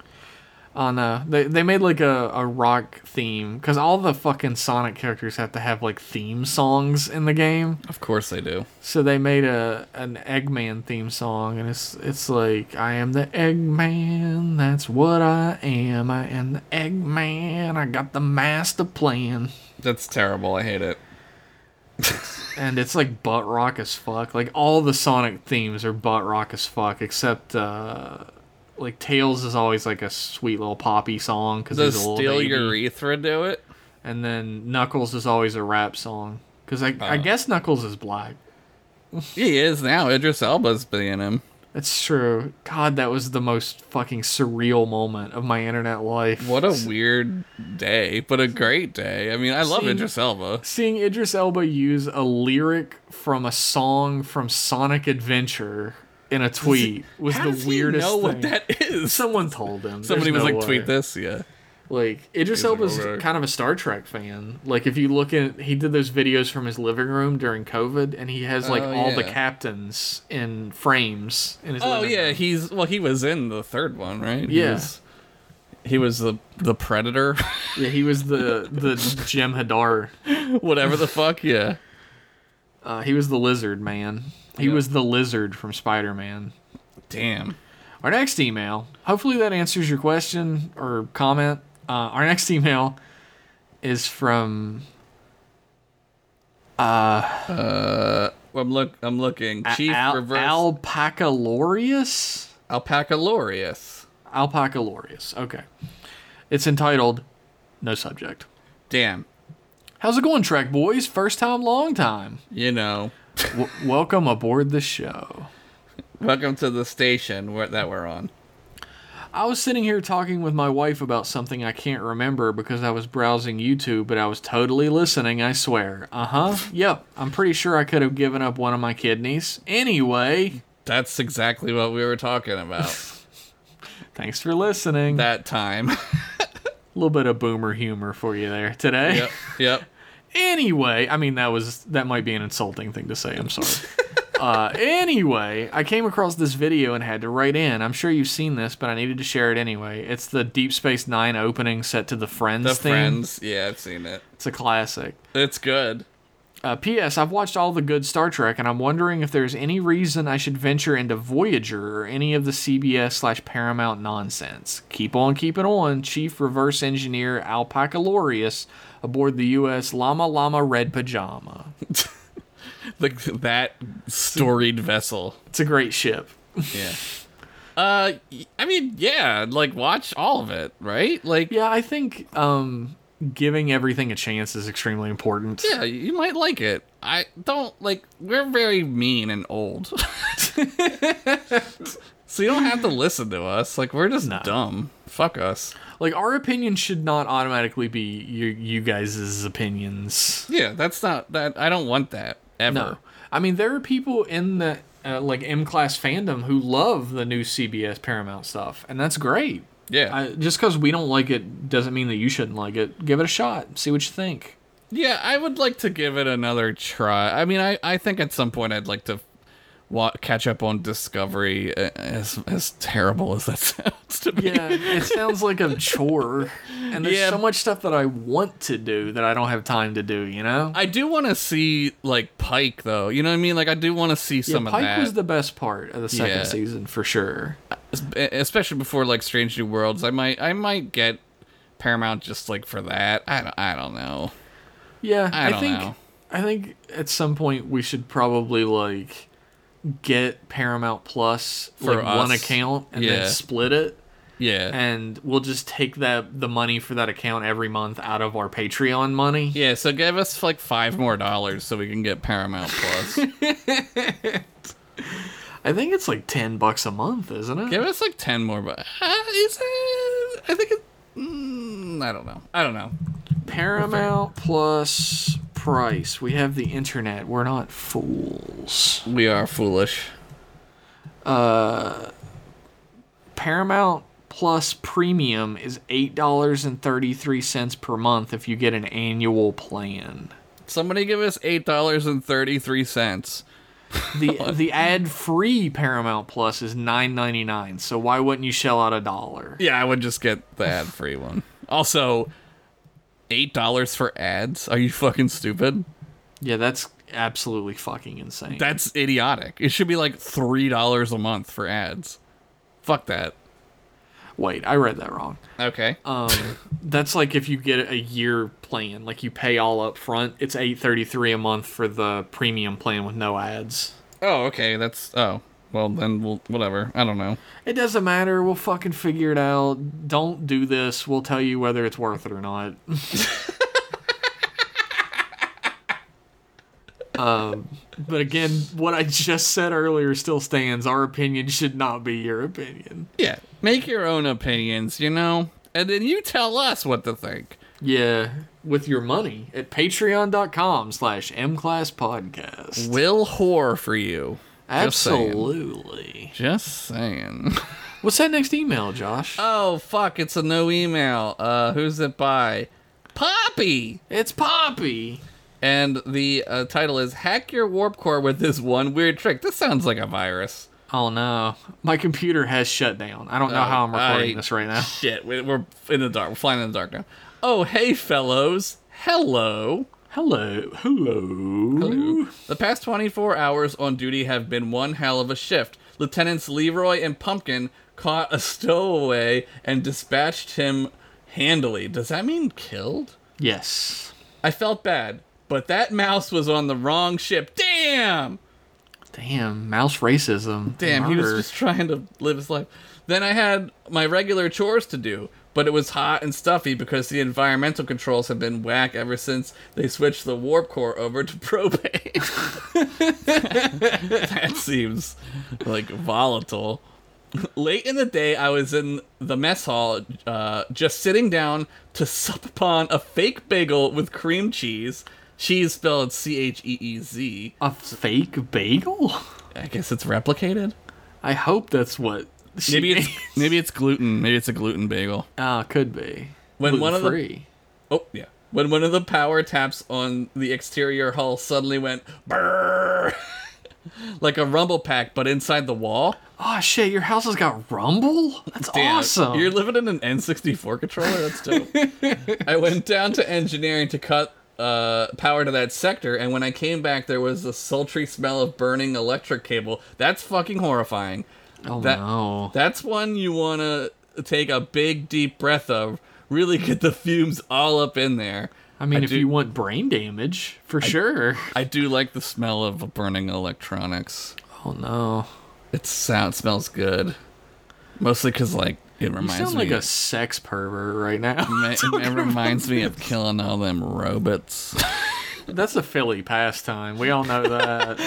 [SPEAKER 1] Oh no, they they made like a, a rock theme because all the fucking Sonic characters have to have like theme songs in the game.
[SPEAKER 2] Of course they do.
[SPEAKER 1] So they made a an Eggman theme song, and it's it's like I am the Eggman, that's what I am. I am the Eggman. I got the master plan,
[SPEAKER 2] That's terrible. I hate it.
[SPEAKER 1] and it's like butt rock as fuck. Like all the Sonic themes are butt rock as fuck, except uh, like Tails is always like a sweet little poppy song because
[SPEAKER 2] Does
[SPEAKER 1] he's a little
[SPEAKER 2] steal
[SPEAKER 1] baby.
[SPEAKER 2] urethra do it?
[SPEAKER 1] and then Knuckles is always a rap song because I I
[SPEAKER 2] Oh.
[SPEAKER 1] guess Knuckles is black.
[SPEAKER 2] He is now. Idris Elba's being him.
[SPEAKER 1] That's true. God, that was the most fucking surreal moment of my internet life.
[SPEAKER 2] What a weird day, but a great day. I mean, I love
[SPEAKER 1] Seeing-
[SPEAKER 2] Idris Elba.
[SPEAKER 1] Seeing Idris Elba use a lyric from a song from Sonic Adventure in a tweet was
[SPEAKER 2] How
[SPEAKER 1] the
[SPEAKER 2] does he
[SPEAKER 1] weirdest
[SPEAKER 2] know
[SPEAKER 1] thing.
[SPEAKER 2] what that is?
[SPEAKER 1] Someone told him. There's
[SPEAKER 2] Somebody was
[SPEAKER 1] no
[SPEAKER 2] like,
[SPEAKER 1] way.
[SPEAKER 2] tweet this. Yeah.
[SPEAKER 1] Like Idris
[SPEAKER 2] He's like,
[SPEAKER 1] Elba's
[SPEAKER 2] "Alright."
[SPEAKER 1] kind of a Star Trek fan. Like if you look at, he did those videos from his living room during COVID, and he has like
[SPEAKER 2] Oh,
[SPEAKER 1] all the
[SPEAKER 2] yeah.
[SPEAKER 1] captains in frames in his.
[SPEAKER 2] Oh
[SPEAKER 1] living
[SPEAKER 2] yeah,
[SPEAKER 1] room.
[SPEAKER 2] he's well. He was in the third one, right? He
[SPEAKER 1] Yeah.
[SPEAKER 2] was, he was the the predator,
[SPEAKER 1] yeah. He was the the Jim Hadar.
[SPEAKER 2] whatever the fuck. Yeah.
[SPEAKER 1] Uh, he was the lizard man. He
[SPEAKER 2] Yeah.
[SPEAKER 1] was the lizard from Spider Man.
[SPEAKER 2] Damn.
[SPEAKER 1] Our next email. Hopefully that answers your question or comment. Uh, our next email is from
[SPEAKER 2] Well, I'm look. I'm looking. Chief
[SPEAKER 1] Al-
[SPEAKER 2] Reverse
[SPEAKER 1] Alpaca Lorius.
[SPEAKER 2] Alpaca Lorius.
[SPEAKER 1] Alpaca Lorius. Okay. It's entitled No Subject.
[SPEAKER 2] Damn.
[SPEAKER 1] How's it going, Trek Boys? First time, long time.
[SPEAKER 2] You know.
[SPEAKER 1] W- welcome aboard the show.
[SPEAKER 2] Welcome to the station where, that we're on.
[SPEAKER 1] I was sitting here talking with my wife about something I can't remember because I was browsing YouTube, but I was totally listening, I swear. Uh huh. Yep. I'm pretty sure I could have given up one of my kidneys. Anyway,
[SPEAKER 2] That's exactly what we were talking about
[SPEAKER 1] thanks for listening. A
[SPEAKER 2] that time.
[SPEAKER 1] little bit of boomer humor for you there today.
[SPEAKER 2] yep. Yep.
[SPEAKER 1] anyway i mean that was that might be an insulting thing to say i'm sorry uh, anyway i came across this video and had to write in i'm sure you've seen this but i needed to share it anyway it's the deep space nine opening set to the friends
[SPEAKER 2] The
[SPEAKER 1] theme
[SPEAKER 2] friends. Yeah, I've seen it.
[SPEAKER 1] it's a classic
[SPEAKER 2] It's good.
[SPEAKER 1] uh, P.S. I've watched all the good Star Trek, and I'm wondering if there's any reason I should venture into Voyager or any of the CBS slash Paramount nonsense. Keep on keeping on, Chief Reverse Engineer Alpaca Lorius aboard the U.S. Llama Llama Red Pajama.
[SPEAKER 2] Like that storied vessel.
[SPEAKER 1] It's a great ship.
[SPEAKER 2] Yeah. Uh, y- I mean, yeah, like watch all of it, right? Like, yeah,
[SPEAKER 1] Yeah, I think um, giving everything a chance is extremely important.
[SPEAKER 2] you might like it. I don't like. We're very mean and old, so you don't have to listen to us. Like, we're just dumb. Fuck us.
[SPEAKER 1] Like our opinion should not automatically be you you guys' opinions.
[SPEAKER 2] Yeah, that's not that. I don't want that ever.
[SPEAKER 1] No, I mean there are people in the uh, like M class fandom who love the new CBS Paramount stuff, and that's great.
[SPEAKER 2] Yeah,
[SPEAKER 1] I, just because we don't like it doesn't mean that you shouldn't like it. Give it a shot. See what you think.
[SPEAKER 2] yeah. I would like to give it another try. I mean, I I think at some point I'd like to. Wa- catch up on Discovery, uh, as as terrible as that sounds to me.
[SPEAKER 1] Yeah, it sounds like a chore, and there's
[SPEAKER 2] Yeah.
[SPEAKER 1] so much stuff that I want to do that I don't have time to do. You know.
[SPEAKER 2] I do want to see like Pike though. You know what I mean? Like I do want to see some
[SPEAKER 1] Pike
[SPEAKER 2] of that,
[SPEAKER 1] was the best part of the second
[SPEAKER 2] Yeah.
[SPEAKER 1] season for sure.
[SPEAKER 2] Es- especially before like Strange New Worlds. I might I might get Paramount just like for that. I don't, I don't know.
[SPEAKER 1] Yeah,
[SPEAKER 2] I
[SPEAKER 1] I,
[SPEAKER 2] don't
[SPEAKER 1] think
[SPEAKER 2] know.
[SPEAKER 1] I think at some point we should probably like get Paramount Plus
[SPEAKER 2] For
[SPEAKER 1] like one
[SPEAKER 2] us.
[SPEAKER 1] account and
[SPEAKER 2] Yeah.
[SPEAKER 1] then split it
[SPEAKER 2] Yeah.
[SPEAKER 1] and we'll just take that the money for that account every month out of our Patreon money.
[SPEAKER 2] yeah, so give us like five more dollars so we can get Paramount Plus.
[SPEAKER 1] I think it's like 10 bucks a month, isn't it?
[SPEAKER 2] give us like ten more, but uh, is it? I think it. Mm, I don't know. I don't know.
[SPEAKER 1] Paramount Plus price. We have the internet. We're not fools.
[SPEAKER 2] We are foolish.
[SPEAKER 1] Paramount Plus Premium is eight dollars and thirty three cents per month if you get an annual plan.
[SPEAKER 2] Somebody give us eight dollars and thirty three cents.
[SPEAKER 1] The the ad free Paramount Plus is nine ninety nine. So why wouldn't you shell out a dollar?
[SPEAKER 2] Yeah, I would just get the ad free one. Also, eight dollars for ads? Are you fucking stupid?
[SPEAKER 1] Yeah, that's absolutely fucking insane.
[SPEAKER 2] That's idiotic. It should be like three dollars a month for ads. Fuck that.
[SPEAKER 1] Wait, I read that wrong.
[SPEAKER 2] Okay.
[SPEAKER 1] Um, that's like if you get a year plan, like you pay all up front. It's eight thirty three a month for the premium plan with no ads.
[SPEAKER 2] oh, okay. That's oh. Well, then we'll whatever. I don't know.
[SPEAKER 1] It doesn't matter. We'll fucking figure it out. Don't do this. We'll tell you whether it's worth it or not. Um, but again, what I just said earlier still stands. Our opinion should not be your opinion.
[SPEAKER 2] Yeah, make your own opinions, you know, and then you tell us what to think.
[SPEAKER 1] Yeah, with your money at patreon.com slash mclasspodcast.
[SPEAKER 2] Will whore for you. Just saying.
[SPEAKER 1] Absolutely.
[SPEAKER 2] Just saying.
[SPEAKER 1] What's that next email, Josh?
[SPEAKER 2] Oh fuck! It's a no email. Uh, who's it by? Poppy.
[SPEAKER 1] it's Poppy.
[SPEAKER 2] And the uh, title is "Hack Your Warp Core with This One Weird Trick." This sounds like a virus.
[SPEAKER 1] Oh no, my computer has shut down. I don't know how I'm recording
[SPEAKER 2] I-
[SPEAKER 1] this right now.
[SPEAKER 2] Shit, we- we're in the dark. We're flying in the dark now. Oh hey, fellows. Hello.
[SPEAKER 1] Hello, hello, hello.
[SPEAKER 2] The past 24 hours on duty have been one hell of a shift. Lieutenants Leroy and Pumpkin caught a stowaway and dispatched him handily. Does that mean killed?
[SPEAKER 1] Yes.
[SPEAKER 2] I felt bad, but that mouse was on the wrong ship. Damn!
[SPEAKER 1] Damn, mouse racism.
[SPEAKER 2] Damn, he was
[SPEAKER 1] Murder.
[SPEAKER 2] just trying to live his life. Then I had my regular chores to do, but it was hot and stuffy because the environmental controls have been whack ever since they switched the warp core over to propane. that seems like volatile. Late in the day, I was in the mess hall, uh, just sitting down to sup upon a fake bagel with cream cheese. Cheese spelled C H E E Z.
[SPEAKER 1] a fake bagel.
[SPEAKER 2] I guess it's replicated.
[SPEAKER 1] I hope that's what. She
[SPEAKER 2] Maybe it's maybe it's gluten. Maybe it's a gluten bagel.
[SPEAKER 1] Ah, could be.
[SPEAKER 2] When one of the-
[SPEAKER 1] Gluten-free.
[SPEAKER 2] Oh yeah. When one of the power taps on the exterior hull suddenly went brrr, like a rumble pack, but inside the wall.
[SPEAKER 1] Oh shit, your house has got rumble? That's
[SPEAKER 2] Damn,
[SPEAKER 1] awesome.
[SPEAKER 2] You're living in an N64 controller. That's dope. I went down to engineering to cut uh, power to that sector, and when I came back, there was a sultry smell of burning electric cable. That's fucking horrifying.
[SPEAKER 1] oh
[SPEAKER 2] that-
[SPEAKER 1] no.
[SPEAKER 2] That's one you want to take a big, deep breath of. Really get the fumes all up in there.
[SPEAKER 1] I mean,
[SPEAKER 2] I
[SPEAKER 1] if
[SPEAKER 2] do-
[SPEAKER 1] you want brain damage, for sure.
[SPEAKER 2] I do like the smell of burning electronics.
[SPEAKER 1] Oh no.
[SPEAKER 2] It sound smells good, mostly because like it
[SPEAKER 1] You
[SPEAKER 2] reminds
[SPEAKER 1] sound
[SPEAKER 2] me.
[SPEAKER 1] like a sex pervert right now.
[SPEAKER 2] it, it reminds me of killing all them robots.
[SPEAKER 1] That's a Philly pastime. We all know that.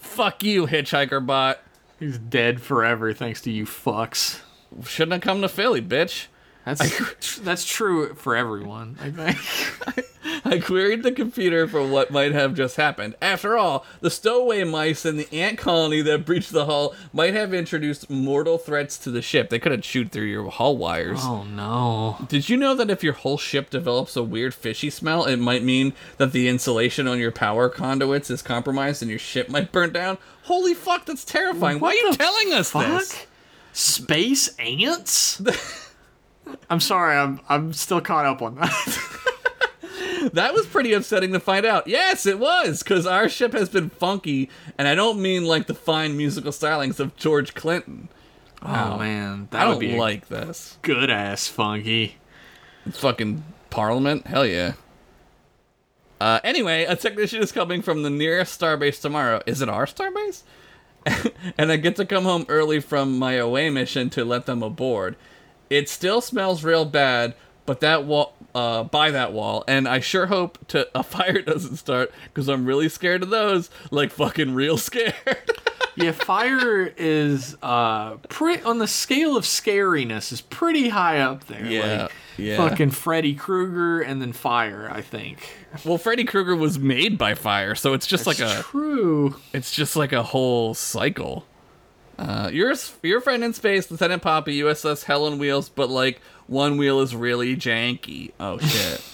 [SPEAKER 2] Fuck you, hitchhiker bot.
[SPEAKER 1] He's dead forever thanks to you fucks.
[SPEAKER 2] Shouldn't have come to Philly, bitch.
[SPEAKER 1] That's that's true for everyone. I think.
[SPEAKER 2] I queried the computer for what might have just happened. After all, the stowaway mice and the ant colony that breached the hull might have introduced mortal threats to the ship. They could have chewed through your hull wires.
[SPEAKER 1] Oh no.
[SPEAKER 2] Did you know that if your whole ship develops a weird fishy smell, it might mean that the insulation on your power conduits is compromised and your ship might burn down? Holy fuck, that's terrifying. Why are you
[SPEAKER 1] What the
[SPEAKER 2] telling us this?
[SPEAKER 1] Fuck. Space ants. I'm sorry. I'm I'm still caught up on that.
[SPEAKER 2] That was pretty upsetting to find out. Yes, it was, because our ship has been funky, and I don't mean like the fine musical stylings of George Clinton.
[SPEAKER 1] Oh man, that
[SPEAKER 2] I
[SPEAKER 1] would
[SPEAKER 2] don't
[SPEAKER 1] be like
[SPEAKER 2] like this.
[SPEAKER 1] good ass funky.
[SPEAKER 2] Fucking Parliament? Hell yeah. Uh, anyway, a technician is coming from the nearest starbase tomorrow. Is it our starbase? and I get to come home early from my away mission to let them aboard. It still smells real bad, but that wall, uh, by that wall, and I sure hope to a fire doesn't start because I'm really scared of those. Like fucking real scared.
[SPEAKER 1] Yeah, fire is uh pretty on the scale of scariness is pretty high up there.
[SPEAKER 2] Yeah,
[SPEAKER 1] like,
[SPEAKER 2] yeah.
[SPEAKER 1] Fucking Freddy Krueger and then fire. I think.
[SPEAKER 2] well, Freddy Krueger was made by fire, so it's just like a
[SPEAKER 1] true.
[SPEAKER 2] It's just like a whole cycle. Uh, your your friend in space, Lieutenant Poppy, USS Helen Wheels, but like one wheel is really janky. Oh shit.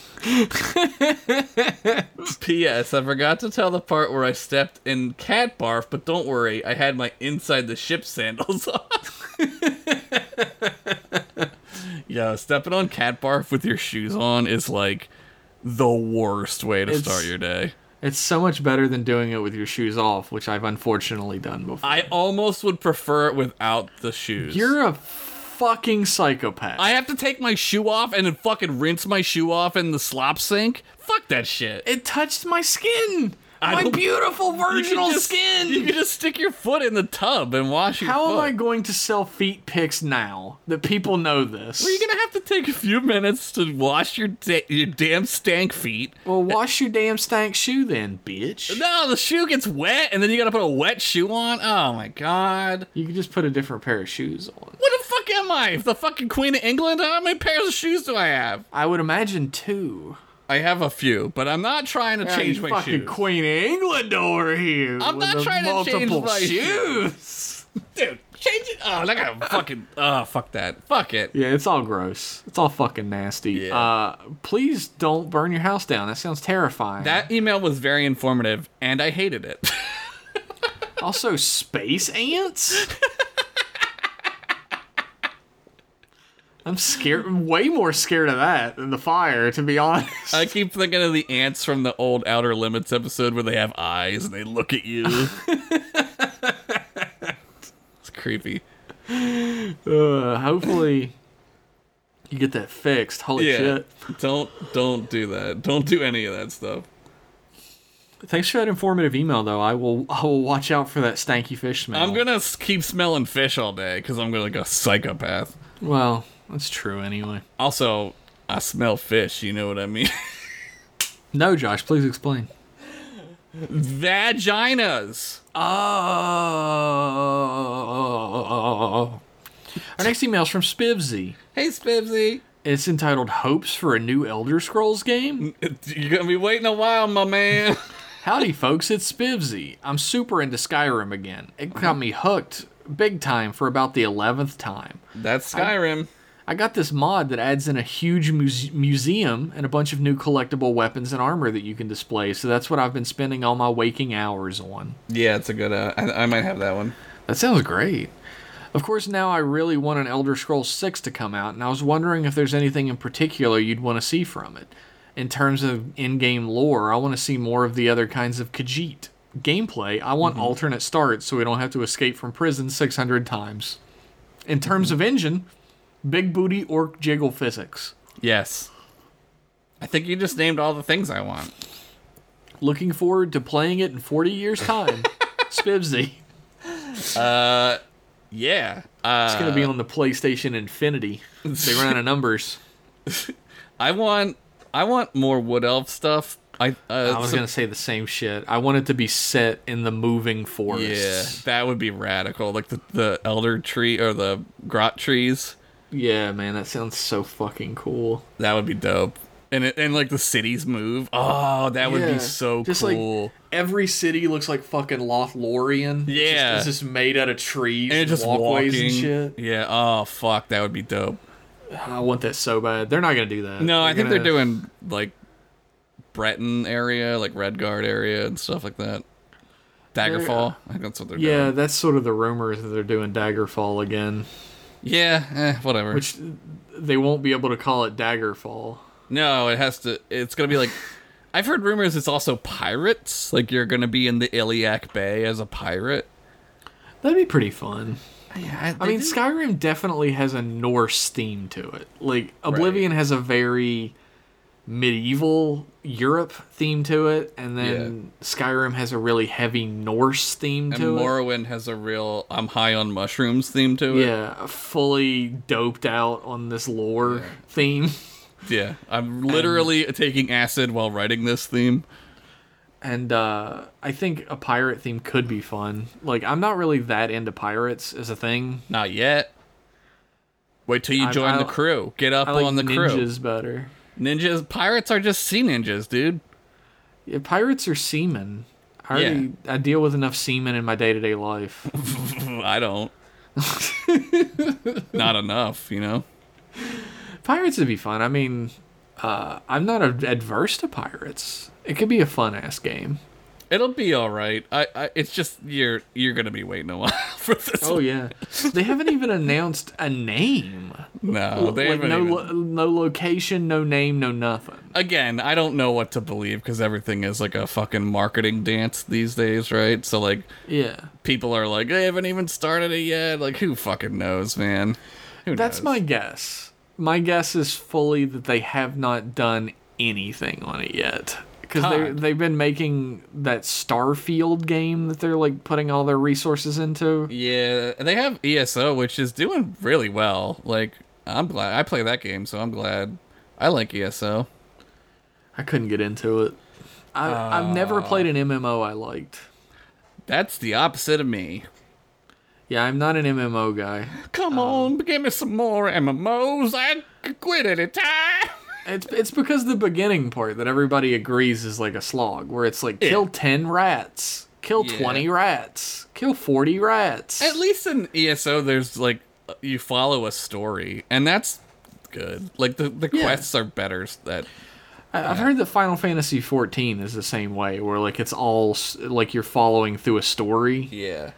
[SPEAKER 2] P.S. I forgot to tell the part where I stepped in cat barf, but don't worry, I had my inside the ship sandals on. Yo, stepping on cat barf with your shoes on is like the worst way to
[SPEAKER 1] It's-
[SPEAKER 2] start your day.
[SPEAKER 1] It's so much better than doing it with your shoes off, which I've unfortunately done before.
[SPEAKER 2] I almost would prefer it without the shoes.
[SPEAKER 1] You're a fucking psychopath.
[SPEAKER 2] I have to take my shoe off and then fucking rinse my shoe off in the slop sink. Fuck that shit.
[SPEAKER 1] it touched my skin.
[SPEAKER 2] I
[SPEAKER 1] My
[SPEAKER 2] don't-
[SPEAKER 1] beautiful
[SPEAKER 2] you can
[SPEAKER 1] virginal
[SPEAKER 2] just-
[SPEAKER 1] skin.
[SPEAKER 2] You can just stick your foot in the tub and wash your
[SPEAKER 1] How
[SPEAKER 2] foot.
[SPEAKER 1] am I going to sell feet pics now that people know this?
[SPEAKER 2] You're gonna have to take a few minutes to wash your da- your damn stank feet.
[SPEAKER 1] well, wash your damn stank shoe then, bitch.
[SPEAKER 2] No, the shoe gets wet, and then you gotta put a wet shoe on. Oh my god!
[SPEAKER 1] You can just put a different pair of shoes on.
[SPEAKER 2] What the fuck am I? The fucking queen of England? How many pairs of shoes do I have?
[SPEAKER 1] I would imagine two.
[SPEAKER 2] I have a few, but I'm not trying to change
[SPEAKER 1] You
[SPEAKER 2] my
[SPEAKER 1] fucking
[SPEAKER 2] shoes.
[SPEAKER 1] Queen of England over here.
[SPEAKER 2] I'm
[SPEAKER 1] with
[SPEAKER 2] not
[SPEAKER 1] the
[SPEAKER 2] trying to change
[SPEAKER 1] multiple
[SPEAKER 2] my
[SPEAKER 1] shoes.
[SPEAKER 2] shoes, dude. Change it. Oh, I got fucking. Oh, fuck that. Fuck it.
[SPEAKER 1] Yeah, it's all gross. It's all fucking nasty.
[SPEAKER 2] Yeah.
[SPEAKER 1] Uh, please don't burn your house down. That sounds terrifying.
[SPEAKER 2] That email was very informative, and I hated it.
[SPEAKER 1] also space ants. I'm scared. Way more scared of that than the fire, to be honest.
[SPEAKER 2] I keep thinking of the ants from the old Outer Limits episode where they have eyes and they look at you. it's creepy.
[SPEAKER 1] Uh, hopefully, you get that fixed. Holy
[SPEAKER 2] Yeah.
[SPEAKER 1] shit!
[SPEAKER 2] Don't don't do that. Don't do any of that stuff.
[SPEAKER 1] Thanks for that informative email, though. I will. I will watch out for that stanky fish smell.
[SPEAKER 2] I'm gonna s- keep smelling fish all day because I'm gonna go psychopath.
[SPEAKER 1] Well, that's true anyway.
[SPEAKER 2] Also, I smell fish. You know what I mean?
[SPEAKER 1] No, Josh, please explain.
[SPEAKER 2] Vaginas.
[SPEAKER 1] Oh. Our next email is from Spivsy.
[SPEAKER 2] Hey, Spibsy.
[SPEAKER 1] It's entitled "Hopes for a New Elder Scrolls
[SPEAKER 2] Mm.
[SPEAKER 1] Game."
[SPEAKER 2] You're gonna be waiting a while, my man.
[SPEAKER 1] Howdy, folks! It's Spivsy. I'm super into Skyrim again. It got me hooked, big time, for about the eleventh time.
[SPEAKER 2] That's Skyrim.
[SPEAKER 1] I got this mod that adds in a huge muse- museum and a bunch of new collectible weapons and armor that you can display. So that's what I've been spending all my waking hours on.
[SPEAKER 2] Yeah, it's a good. Uh, I, I might have that one.
[SPEAKER 1] That sounds great. Of course, now I really want an Elder Scrolls 6 to come out, and I was wondering if there's anything in particular you'd want to see from it. In terms of in game lore, I want to see more of the other kinds of Khajiit. Gameplay, I want alternate starts so we don't have to escape from prison 600 times. In terms of engine, big booty orc jiggle physics.
[SPEAKER 2] Yes. I think you just named all the things I want.
[SPEAKER 1] Looking forward to playing it in 40 years' time. Spivsy.
[SPEAKER 2] Yeah. Uh,
[SPEAKER 1] It's going to be on the PlayStation Infinity. They ran out of numbers.
[SPEAKER 2] I want I want more wood elf stuff. I, uh,
[SPEAKER 1] I was
[SPEAKER 2] some-
[SPEAKER 1] gonna say the same shit. I want it to be set in the moving
[SPEAKER 2] yeah,
[SPEAKER 1] forest.
[SPEAKER 2] that would be radical. Like the, the elder tree or the grot trees.
[SPEAKER 1] Yeah, man, that sounds so fucking cool.
[SPEAKER 2] That would be dope. And it, and like the cities move. Oh, that would
[SPEAKER 1] Yeah.
[SPEAKER 2] be so
[SPEAKER 1] Just, like,
[SPEAKER 2] cool.
[SPEAKER 1] Every city looks like fucking Lothlorien. It's just-
[SPEAKER 2] Yeah.
[SPEAKER 1] it's just made out of trees
[SPEAKER 2] and
[SPEAKER 1] and,
[SPEAKER 2] it just
[SPEAKER 1] walkways
[SPEAKER 2] walking.
[SPEAKER 1] and shit.
[SPEAKER 2] Yeah. Oh fuck, that would be dope.
[SPEAKER 1] I want that so bad. They're not gonna do that.
[SPEAKER 2] No, I think they're
[SPEAKER 1] gonna-
[SPEAKER 2] doing like Breton area, like Redguard area and stuff like that. Daggerfall. I think that's what they're
[SPEAKER 1] uh, Yeah,
[SPEAKER 2] doing.
[SPEAKER 1] that's sort of the rumor is that they're doing Daggerfall again,
[SPEAKER 2] Yeah, eh, whatever.
[SPEAKER 1] which they won't be able to call it Daggerfall.
[SPEAKER 2] No, it has to. It's gonna be like. I've heard rumors it's also pirates. Like you're gonna be in the Iliac Bay as a pirate.
[SPEAKER 1] That'd be pretty fun.
[SPEAKER 2] Yeah,
[SPEAKER 1] I mean, Skyrim definitely has a Norse theme to it. Like Oblivion has a very medieval Europe theme to it, and then Skyrim has a really heavy Norse theme
[SPEAKER 2] and
[SPEAKER 1] to it.
[SPEAKER 2] Morrowind has a real "I'm high on mushrooms" theme to it.
[SPEAKER 1] Yeah, fully doped out on this lore theme,
[SPEAKER 2] Yeah, I'm literally taking acid while writing this theme.
[SPEAKER 1] and uh, I think a pirate theme could be fun. Like, I'm not really that into pirates as a thing.
[SPEAKER 2] Not yet. Wait till you
[SPEAKER 1] I-
[SPEAKER 2] join
[SPEAKER 1] I-
[SPEAKER 2] the crew. Get up
[SPEAKER 1] I like
[SPEAKER 2] on the crew.
[SPEAKER 1] ninjas better.
[SPEAKER 2] Ninjas, pirates are just sea ninjas, dude.
[SPEAKER 1] Yeah, pirates are seamen. I
[SPEAKER 2] Yeah.
[SPEAKER 1] already I deal with enough seamen in my day to day life.
[SPEAKER 2] I don't. Not enough, you know.
[SPEAKER 1] Pirates would be fun. I mean, uh, I'm not a- adverse to pirates. It could be a fun ass game.
[SPEAKER 2] It'll be all right. I, I it's just you're you're gonna be waiting a while for this.
[SPEAKER 1] Oh yeah, they haven't even announced a name.
[SPEAKER 2] no, they
[SPEAKER 1] oh, like
[SPEAKER 2] haven't
[SPEAKER 1] no
[SPEAKER 2] even-
[SPEAKER 1] lo- no location, no name, no nothing.
[SPEAKER 2] Again, I don't know what to believe because everything is like a fucking marketing dance these days, right? So like
[SPEAKER 1] Yeah,
[SPEAKER 2] people are like, I haven't even started it yet. Like who fucking knows, man? Who
[SPEAKER 1] that's
[SPEAKER 2] knows?
[SPEAKER 1] my guess. My guess is fully that they have not done anything on it yet because they
[SPEAKER 2] Cod.
[SPEAKER 1] they've been making that Starfield game that they're like putting all their resources into.
[SPEAKER 2] Yeah, and they have ESO, which is doing really well. Like, I'm glad I play that game, so I'm glad I like E ESO.
[SPEAKER 1] I couldn't get into it. I, I've
[SPEAKER 2] Uh.
[SPEAKER 1] never played an MMO I liked.
[SPEAKER 2] That's the opposite of me.
[SPEAKER 1] Yeah, I'm not an MMO guy.
[SPEAKER 2] Come on, give me some more MMOs. I could quit any time.
[SPEAKER 1] It's it's because the beginning part that everybody agrees is like a slog, where it's like kill ten rats, kill
[SPEAKER 2] Yeah.
[SPEAKER 1] twenty rats, kill forty rats.
[SPEAKER 2] At least in ESO, there's like you follow a story, and that's good. Like the the
[SPEAKER 1] Yeah.
[SPEAKER 2] quests are better. s- That
[SPEAKER 1] I- I've heard that Final Fantasy fourteen is the same way, where like it's all s- like you're following through a story,
[SPEAKER 2] yeah,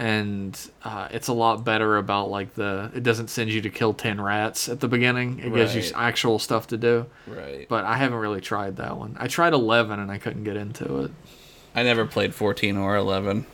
[SPEAKER 1] and uh, it's a lot better about like the it doesn't send you to kill ten rats at the beginning. It gives you s-
[SPEAKER 2] Right.
[SPEAKER 1] actual stuff to do.
[SPEAKER 2] right. But
[SPEAKER 1] But I haven't really tried that one. I tried eleven and I couldn't get into it.
[SPEAKER 2] I never played 14 or 11.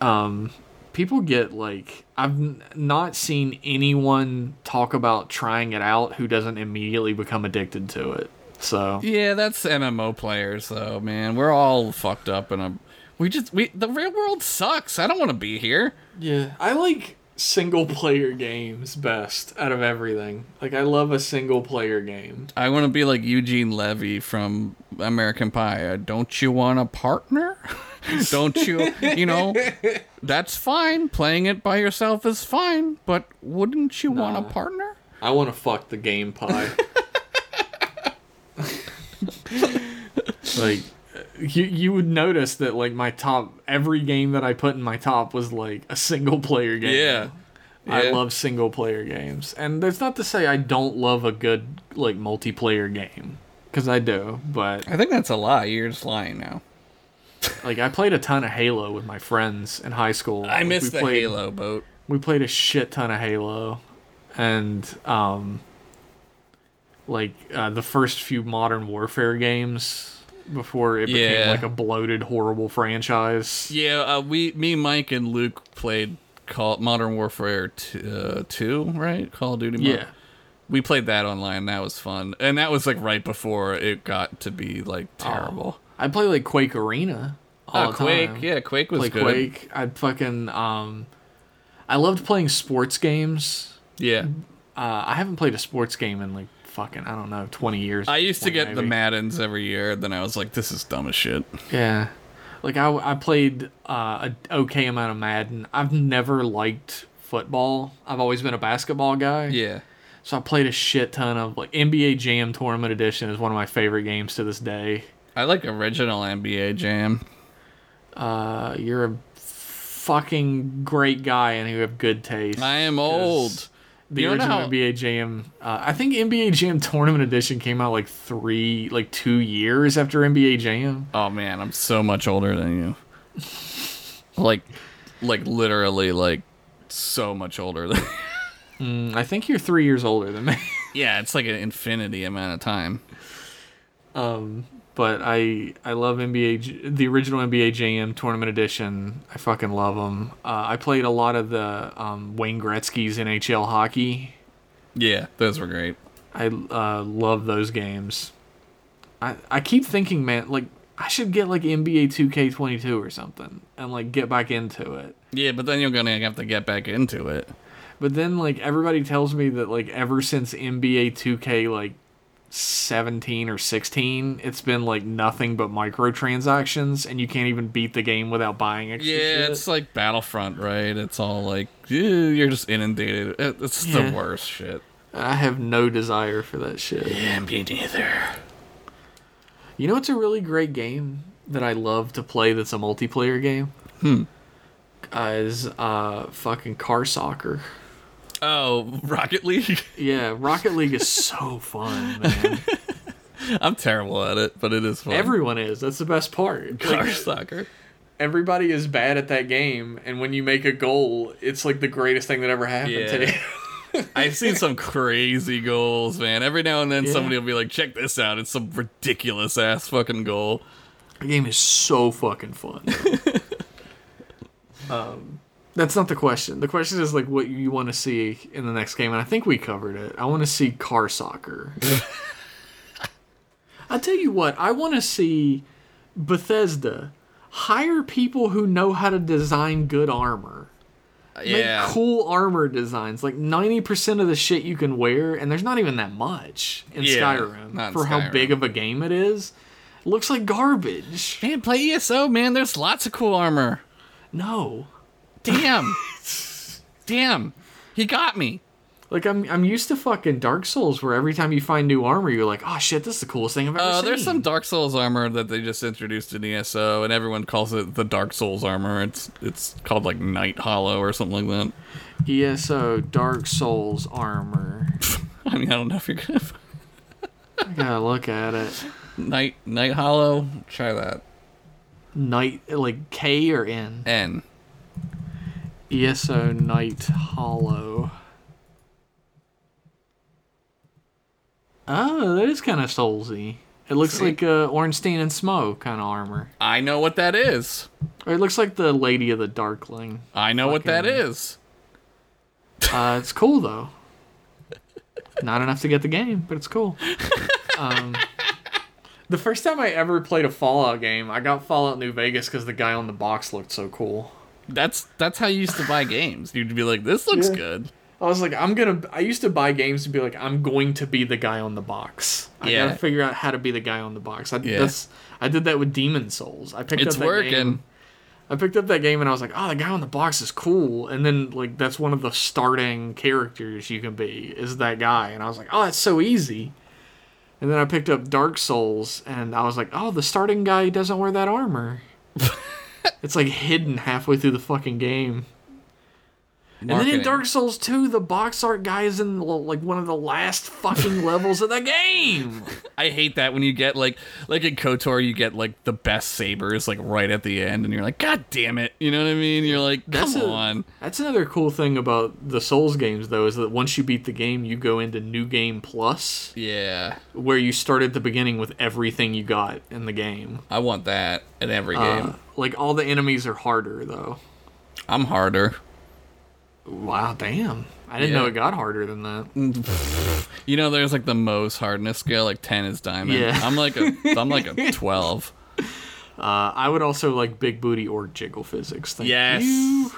[SPEAKER 1] um people get like i've n- not seen anyone talk about trying it out who doesn't immediately become addicted to it so
[SPEAKER 2] Yeah, that's MMO players though, man. We're all fucked up and a we just we the real world sucks. I don't want to be here.
[SPEAKER 1] yeah i like single player games best out of everything like i love a single player game
[SPEAKER 2] I want to be like Eugene Levy from American Pie. Uh, Don't you want a partner? don't you, you know, that's fine. Playing it by yourself is fine, but wouldn't you want a
[SPEAKER 1] Nah.
[SPEAKER 2] partner?
[SPEAKER 1] i want to fuck the game pie like you you would notice that like my top every game that i put in my top was like a single player game I
[SPEAKER 2] Yeah.
[SPEAKER 1] love single player games. And that's not to say I don't love a good like multiplayer game cuz I do, but
[SPEAKER 2] I think that's a lie. You're just lying now.
[SPEAKER 1] like I played a ton of Halo with my friends in high school.
[SPEAKER 2] I
[SPEAKER 1] Like,
[SPEAKER 2] miss
[SPEAKER 1] we
[SPEAKER 2] the
[SPEAKER 1] played,
[SPEAKER 2] Halo boat.
[SPEAKER 1] We played a shit ton of Halo and um like uh, the first few modern warfare games before it became
[SPEAKER 2] Yeah.
[SPEAKER 1] like a bloated horrible franchise.
[SPEAKER 2] Yeah, uh, we, me, Mike, and Luke played Call Modern Warfare t- uh, two, right? Call of Duty. Mo-
[SPEAKER 1] Yeah.
[SPEAKER 2] we played that online. That was fun, and that was like right before it got to be like terrible.
[SPEAKER 1] I play like Quake Arena. All
[SPEAKER 2] oh,
[SPEAKER 1] the
[SPEAKER 2] Quake.
[SPEAKER 1] time.
[SPEAKER 2] Yeah, Quake was
[SPEAKER 1] Like
[SPEAKER 2] good.
[SPEAKER 1] Quake. I fucking um, I loved playing sports games.
[SPEAKER 2] Yeah,
[SPEAKER 1] Uh, I haven't played a sports game in like fucking I don't know twenty years.
[SPEAKER 2] I used to get the
[SPEAKER 1] map.
[SPEAKER 2] Maddens every year. Then I was like, this is dumb as shit.
[SPEAKER 1] Yeah, like I I played uh, a okay amount of Madden. I've never liked football. I've always been a basketball guy.
[SPEAKER 2] Yeah,
[SPEAKER 1] So I played a shit ton of like NBA Jam Tournament Edition is one of my favorite games to this day.
[SPEAKER 2] I like original NBA Jam.
[SPEAKER 1] Uh, you're a fucking great guy and you have good taste.
[SPEAKER 2] I am old.
[SPEAKER 1] the
[SPEAKER 2] You don't
[SPEAKER 1] original
[SPEAKER 2] know how-
[SPEAKER 1] NBA Jam. Uh, I think NBA Jam Tournament Edition came out like three, like two years after NBA Jam.
[SPEAKER 2] Oh man, I'm so much older than you. like, like literally, like so much older than.
[SPEAKER 1] Mm, I think you're three years older than me.
[SPEAKER 2] yeah, it's like an infinity amount of time.
[SPEAKER 1] But I, I love NBA, J- the original NBA Jam Tournament Edition. I fucking love them. Uh, I played a lot of the um, Wayne Gretzky's NHL hockey.
[SPEAKER 2] Yeah, those were great.
[SPEAKER 1] I uh, love those games. I I keep thinking, man, like I should get like NBA 2K22 or something and like get back into it.
[SPEAKER 2] Yeah, but then you're gonna have to get back into it.
[SPEAKER 1] But then like everybody tells me that like ever since NBA 2K like 17 or 16, it's been like nothing but microtransactions and you can't even beat the game without buying extra
[SPEAKER 2] Yeah,
[SPEAKER 1] shit.
[SPEAKER 2] it's like Battlefront, right? It's all like eh, you're just inundated. It- It's
[SPEAKER 1] Yeah.
[SPEAKER 2] the worst shit.
[SPEAKER 1] I have no desire for that shit.
[SPEAKER 2] Yeah, me neither.
[SPEAKER 1] You know it's a really great game that I love to play that's a multiplayer game? Hmm. Uh, is uh fucking car soccer.
[SPEAKER 2] Oh, Rocket League.
[SPEAKER 1] Yeah, Rocket League is so fun, man.
[SPEAKER 2] I'm terrible at it, but it is fun.
[SPEAKER 1] Everyone is. That's the best part.
[SPEAKER 2] car
[SPEAKER 1] Like,
[SPEAKER 2] soccer.
[SPEAKER 1] everybody is bad at that game, and when you make a goal, it's like the greatest thing that ever happened to
[SPEAKER 2] Yeah.
[SPEAKER 1] you.
[SPEAKER 2] I've seen some crazy goals, man. Every now and then
[SPEAKER 1] Yeah.
[SPEAKER 2] somebody will be like, "Check this out! It's some ridiculous ass fucking goal."
[SPEAKER 1] The game is so fucking fun. um, that's not the question. The question is like what you want to see in the next game, and I think we covered it. I want to see car soccer. I tell you what, I want to see Bethesda hire people who know how to design good armor.
[SPEAKER 2] yeah.
[SPEAKER 1] Make cool armor designs. Like 90% of the shit you can wear, and there's not even that much in
[SPEAKER 2] Yeah, not
[SPEAKER 1] Skyrim
[SPEAKER 2] in
[SPEAKER 1] for how
[SPEAKER 2] Skyrim.
[SPEAKER 1] big of a game it is. Looks like garbage.
[SPEAKER 2] Man, play ESO, man. There's lots of cool armor.
[SPEAKER 1] No.
[SPEAKER 2] Damn. Damn. He got me.
[SPEAKER 1] Like I'm I'm used to fucking Dark Souls where every time you find new armor you're like, oh shit, this is the coolest thing I've ever
[SPEAKER 2] Uh,
[SPEAKER 1] seen.
[SPEAKER 2] there's some Dark Souls armor that they just introduced in ESO, and everyone calls it the Dark Souls armor. It's it's called like Night Hollow or something like
[SPEAKER 1] ESO Dark Souls armor.
[SPEAKER 2] that. I mean, I don't know if you're gonna
[SPEAKER 1] I gotta look at it.
[SPEAKER 2] Night Night Hollow. Try that.
[SPEAKER 1] Night like K or N.
[SPEAKER 2] N.
[SPEAKER 1] ESO Night Hollow. Oh, that is kind of soulsy. It looks like uh, Ornstein and Smoke kind of armor.
[SPEAKER 2] I know what that is.
[SPEAKER 1] Or it looks like the Lady of the Darkling.
[SPEAKER 2] I know what that
[SPEAKER 1] Fucking-
[SPEAKER 2] is.
[SPEAKER 1] Uh, it's cool though. Not enough to get the game, but it's cool. Um, the first time I ever played a Fallout game, I got Fallout New Vegas because the guy on the box looked so cool.
[SPEAKER 2] That's that's how you used to buy games. You'd be like, this looks
[SPEAKER 1] Yeah.
[SPEAKER 2] good.
[SPEAKER 1] I was like, I'm gonna. I used to buy games to be like, I'm going to be the guy on the box. I
[SPEAKER 2] Yeah.
[SPEAKER 1] gotta figure out how to be the guy on the box. I,
[SPEAKER 2] Yeah.
[SPEAKER 1] that's, I did that with Demon Souls. I picked
[SPEAKER 2] It's
[SPEAKER 1] up that
[SPEAKER 2] working.
[SPEAKER 1] game. I picked up that game and I was like, oh, the guy on the box is cool. And then like that's one of the starting characters you can be is that guy. And I was like, oh, that's so easy. And then I picked up Dark Souls and I was like, oh, the starting guy doesn't wear that armor. it's like hidden halfway through the fucking game. And then
[SPEAKER 2] Marketing.
[SPEAKER 1] in Dark Souls 2, the box art guy is in like one of the last fucking levels of the game.
[SPEAKER 2] I hate that when you get like like in Kotor you get like the best sabers like right at the end and you're like, God damn it. You know what I mean? You're like, come
[SPEAKER 1] That's a-
[SPEAKER 2] on.
[SPEAKER 1] That's another cool thing about the Souls games, though, is that once you beat the game, you go into New Game Plus,
[SPEAKER 2] Yeah.
[SPEAKER 1] where you start at the beginning with everything you got in the game.
[SPEAKER 2] I want that in every
[SPEAKER 1] Uh,
[SPEAKER 2] game.
[SPEAKER 1] like, all the enemies are harder, though.
[SPEAKER 2] I'm harder.
[SPEAKER 1] Wow, damn. I didn't
[SPEAKER 2] Yeah. Mm.
[SPEAKER 1] know it got harder than that.
[SPEAKER 2] You know, there's like the most hardness scale, like ten is diamond.
[SPEAKER 1] Yeah.
[SPEAKER 2] I'm like a I'm like a twelve.
[SPEAKER 1] Uh, I would also like Big Booty or Jiggle Physics. Thank
[SPEAKER 2] Yes.
[SPEAKER 1] you.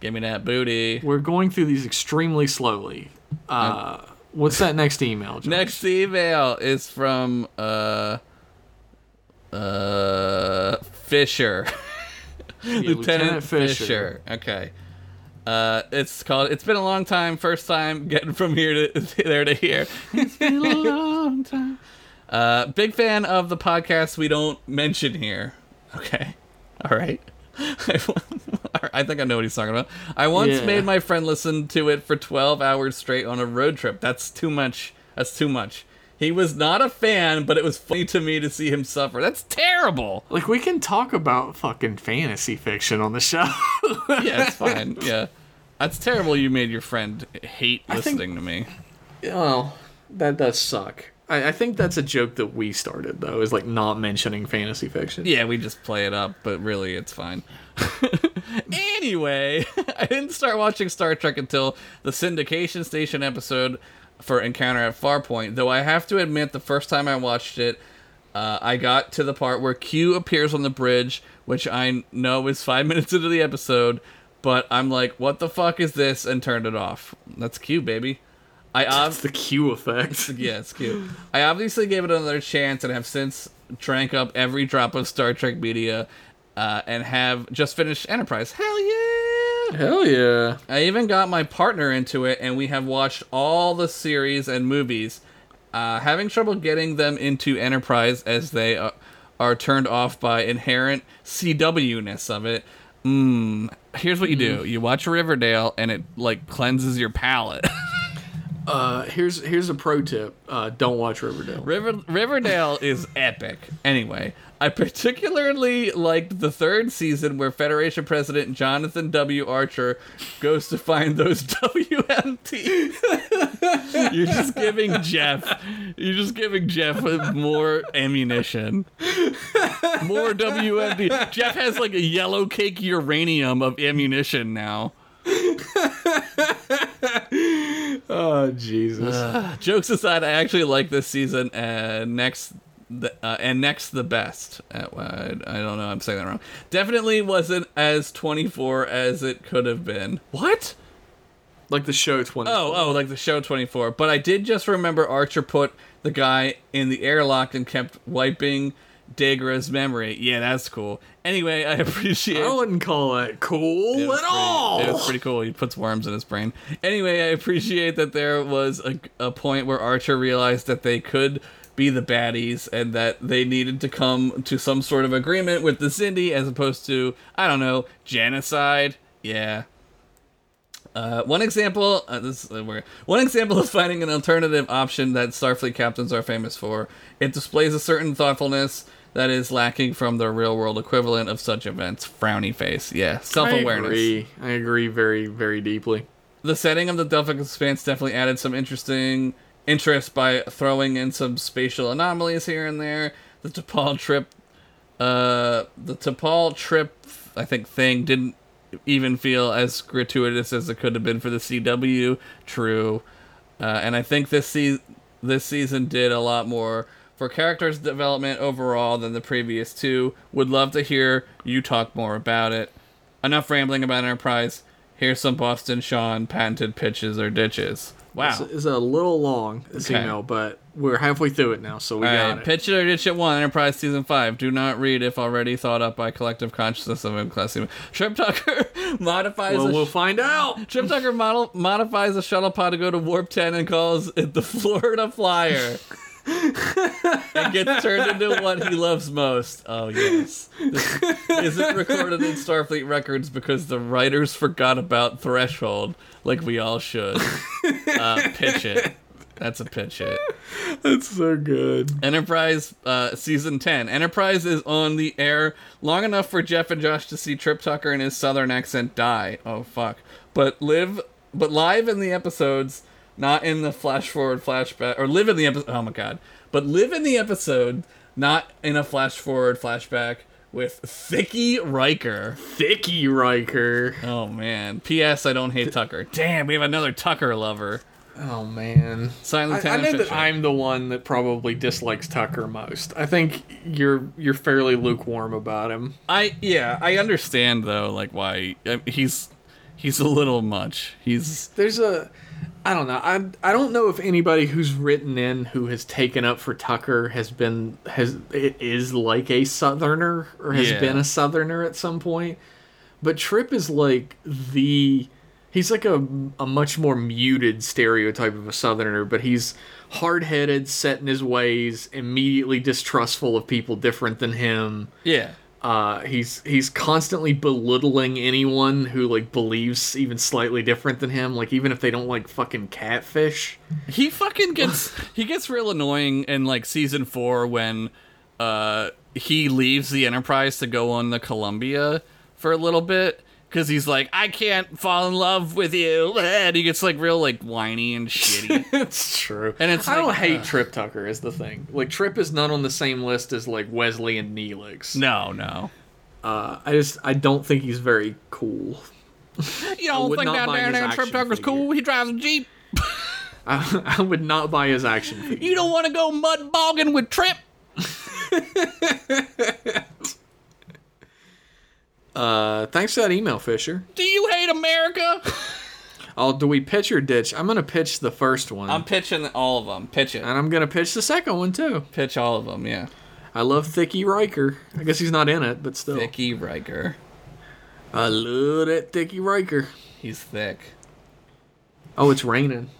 [SPEAKER 2] Give me that booty.
[SPEAKER 1] We're going through these extremely slowly. Uh, what's that next email? Josh?
[SPEAKER 2] Next email is from uh uh Fisher.
[SPEAKER 1] Yeah, Lieutenant Fisher.
[SPEAKER 2] Okay. Uh, it's called. It's been a long time. First time getting from here to there to here. It's been a long time. Uh, big fan of the podcast. We don't mention here. Okay. All right. I think I know what he's talking about. I once
[SPEAKER 1] Yeah.
[SPEAKER 2] made my friend listen to it for 12 hours straight on a road trip. That's too much. That's too much. He was not a fan, but it was funny to me to see him suffer. That's terrible.
[SPEAKER 1] Like we can talk about fucking fantasy fiction on the show.
[SPEAKER 2] yeah, it's fine. Yeah. That's terrible you made your friend hate
[SPEAKER 1] think-
[SPEAKER 2] listening to me.
[SPEAKER 1] well, that does suck. I, I think that's a joke that we started though, is like not mentioning fantasy fiction.
[SPEAKER 2] Yeah, we just play it up, but really it's fine. anyway, I didn't start watching Star Trek until the syndication station episode for Encounter at Farpoint, though I have to admit the first time I watched it, uh, I got to the part where Q appears on the bridge, which I know is five minutes into the episode, but I'm like, what the fuck is this? And turned it off. That's Q, baby. I uh, ob-
[SPEAKER 1] It's the Q effect.
[SPEAKER 2] Yeah, it's cute. I obviously gave it another chance and have since drank up every drop of Star Trek media uh, and have just finished Enterprise. Hell yeah!
[SPEAKER 1] Hell yeah.
[SPEAKER 2] I even got my partner into it and we have watched all the series and movies. Uh, having trouble getting them into Enterprise as they are, are turned off by inherent CW ness of it. Mm, here's what you do you watch Riverdale and it like cleanses your palate.
[SPEAKER 1] Uh, here's here's a pro tip. Uh, don't watch Riverdale.
[SPEAKER 2] River, Riverdale is epic. Anyway, I particularly liked the third season where Federation President Jonathan W. Archer goes to find those WMTs. you're just giving Jeff, you're just giving Jeff more ammunition, more WMT. Jeff has like a yellow cake uranium of ammunition now.
[SPEAKER 1] Oh Jesus. Oh,
[SPEAKER 2] Jokes aside, I actually like this season. Uh, next, the uh, and next the best. Uh, I I don't know, I'm saying that wrong. Definitely wasn't as 24 as it could have been. What?
[SPEAKER 1] Like the show 20.
[SPEAKER 2] Oh, oh, like the show 24. But I did just remember Archer put the guy in the airlock and kept wiping Dagra's memory. Yeah, that's cool. Anyway, I appreciate
[SPEAKER 1] I wouldn't call it cool
[SPEAKER 2] it
[SPEAKER 1] at
[SPEAKER 2] was pretty-
[SPEAKER 1] all.
[SPEAKER 2] It was pretty cool. He puts worms in his brain. Anyway, I appreciate that there was a, a point where Archer realized that they could be the baddies and that they needed to come to some sort of agreement with the Zindi as opposed to, I don't know, genocide. Yeah. Uh, one example, uh, this is, uh, where- one example of finding an alternative option that Starfleet captains are famous for. It displays a certain thoughtfulness that is lacking from the real world equivalent of such events. Frowny face, yeah, self
[SPEAKER 1] I
[SPEAKER 2] awareness.
[SPEAKER 1] agree. I agree very, very deeply.
[SPEAKER 2] The setting of the Delphic Expanse definitely added some interesting interest by throwing in some spatial anomalies here and there. The T'Pol trip, uh, the T'Pol trip, I think thing didn't even feel as gratuitous as it could have been for the CW. True, uh, and I think this se- this season did a lot more for characters development overall than the previous two. Would love to hear you talk more about it. Enough rambling about Enterprise. Here's some Boston Sean patented pitches or ditches. Wow.
[SPEAKER 1] It's, it's a little long, this
[SPEAKER 2] Okay.
[SPEAKER 1] email, but we're halfway through it now, so we
[SPEAKER 2] All
[SPEAKER 1] got
[SPEAKER 2] right,
[SPEAKER 1] it.
[SPEAKER 2] pitch it or ditch it one. Enterprise season five. Do not read if already thought up by collective consciousness of classy. Trip Tucker modifies.
[SPEAKER 1] well,
[SPEAKER 2] the
[SPEAKER 1] we'll
[SPEAKER 2] sh-
[SPEAKER 1] find out.
[SPEAKER 2] Trip Tucker model modifies the shuttle pod to go to warp ten and calls it the Florida Flyer. and gets turned into what he loves most. Oh yes, this isn't recorded in Starfleet records because the writers forgot about Threshold, like we all should. Uh, pitch it. That's a pitch it.
[SPEAKER 1] That's so good.
[SPEAKER 2] Enterprise uh, season 10. Enterprise is on the air long enough for Jeff and Josh to see Trip Tucker in his southern accent die. Oh fuck. But live but live in the episodes, not in the flash forward flashback or live in the episode. Oh my god. But live in the episode, not in a flash forward flashback with Thicky Riker.
[SPEAKER 1] Thicky Riker.
[SPEAKER 2] Oh man. P.S. I don't hate Tucker. Damn, we have another Tucker lover.
[SPEAKER 1] Oh man.
[SPEAKER 2] Silent
[SPEAKER 1] I, I
[SPEAKER 2] Lieutenant
[SPEAKER 1] know that
[SPEAKER 2] Fisher.
[SPEAKER 1] I'm the one that probably dislikes Tucker most. I think you're you're fairly lukewarm about him.
[SPEAKER 2] I yeah, I understand though, like why I- he's he's a little much. He's
[SPEAKER 1] There's a I don't know. I I don't know if anybody who's written in who has taken up for Tucker has been has i- is like a southerner or has
[SPEAKER 2] Yeah.
[SPEAKER 1] been a southerner at some point. But Tripp is like the he's like a a much more muted stereotype of a southerner, but he's hard-headed, set in his ways, immediately distrustful of people different than him.
[SPEAKER 2] yeah,
[SPEAKER 1] Uh, he's he's constantly belittling anyone who like believes even slightly different than him. Like even if they don't like fucking catfish.
[SPEAKER 2] he fucking gets he gets real annoying in like season four when uh he leaves the Enterprise to go on the Columbia for a little bit because he's like I can't fall in love with you, and he gets like real like whiny and shitty.
[SPEAKER 1] it's uh, true.
[SPEAKER 2] And it's
[SPEAKER 1] I don't
[SPEAKER 2] like,
[SPEAKER 1] hate Trip Tucker is the thing. Like Trip is not on the same list as like Wesley and Neelix.
[SPEAKER 2] no, no,
[SPEAKER 1] Uh, I just I don't think he's very cool.
[SPEAKER 2] you
[SPEAKER 1] I
[SPEAKER 2] don't
[SPEAKER 1] would
[SPEAKER 2] think
[SPEAKER 1] not
[SPEAKER 2] down
[SPEAKER 1] mind
[SPEAKER 2] there
[SPEAKER 1] his
[SPEAKER 2] that Trip
[SPEAKER 1] action
[SPEAKER 2] Tucker's
[SPEAKER 1] figure.
[SPEAKER 2] cool? He drives a jeep.
[SPEAKER 1] I, I would not buy his action figure.
[SPEAKER 2] You don't want to go mud bogging with Trip.
[SPEAKER 1] Uh, thanks for that email, Fisher.
[SPEAKER 2] Do you hate America?
[SPEAKER 1] Oh, do we pitch or ditch? I'm gonna pitch the first one,
[SPEAKER 2] I'm pitching all of them. Pitch it.
[SPEAKER 1] and I'm gonna pitch the second one too.
[SPEAKER 2] Pitch all of them. Yeah.
[SPEAKER 1] I love Thicky Riker. I guess he's not in it, but still.
[SPEAKER 2] Vicky Riker.
[SPEAKER 1] I love that Thicky Riker.
[SPEAKER 2] He's thick.
[SPEAKER 1] Oh, it's raining.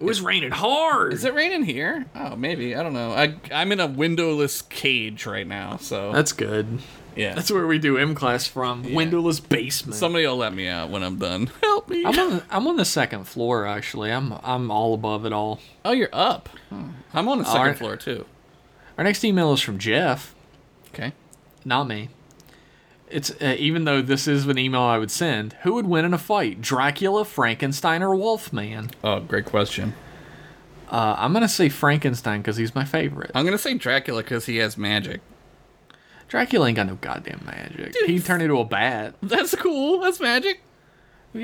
[SPEAKER 1] It was raining hard.
[SPEAKER 2] Is it raining here? Oh, maybe. I don't know. I I'm in a windowless cage right now, so
[SPEAKER 1] That's good.
[SPEAKER 2] yeah.
[SPEAKER 1] That's where we do M class from. Windowless basement.
[SPEAKER 2] Somebody will let me out when I'm done. Help me.
[SPEAKER 1] I'm on, the, I'm on the second floor actually. I'm I'm all above it all.
[SPEAKER 2] oh, you're up. I'm on the second
[SPEAKER 1] right.
[SPEAKER 2] floor too.
[SPEAKER 1] Our next email is from Jeff,
[SPEAKER 2] Okay.
[SPEAKER 1] not me. It's uh, even though this is an email I would send. Who would win in a fight, Dracula, Frankenstein, or Wolfman?
[SPEAKER 2] Oh, great question.
[SPEAKER 1] Uh, I'm gonna say Frankenstein because he's my favorite.
[SPEAKER 2] I'm gonna say Dracula because he has magic.
[SPEAKER 1] Dracula ain't got no goddamn magic. He turned into a bat.
[SPEAKER 2] That's cool. That's magic.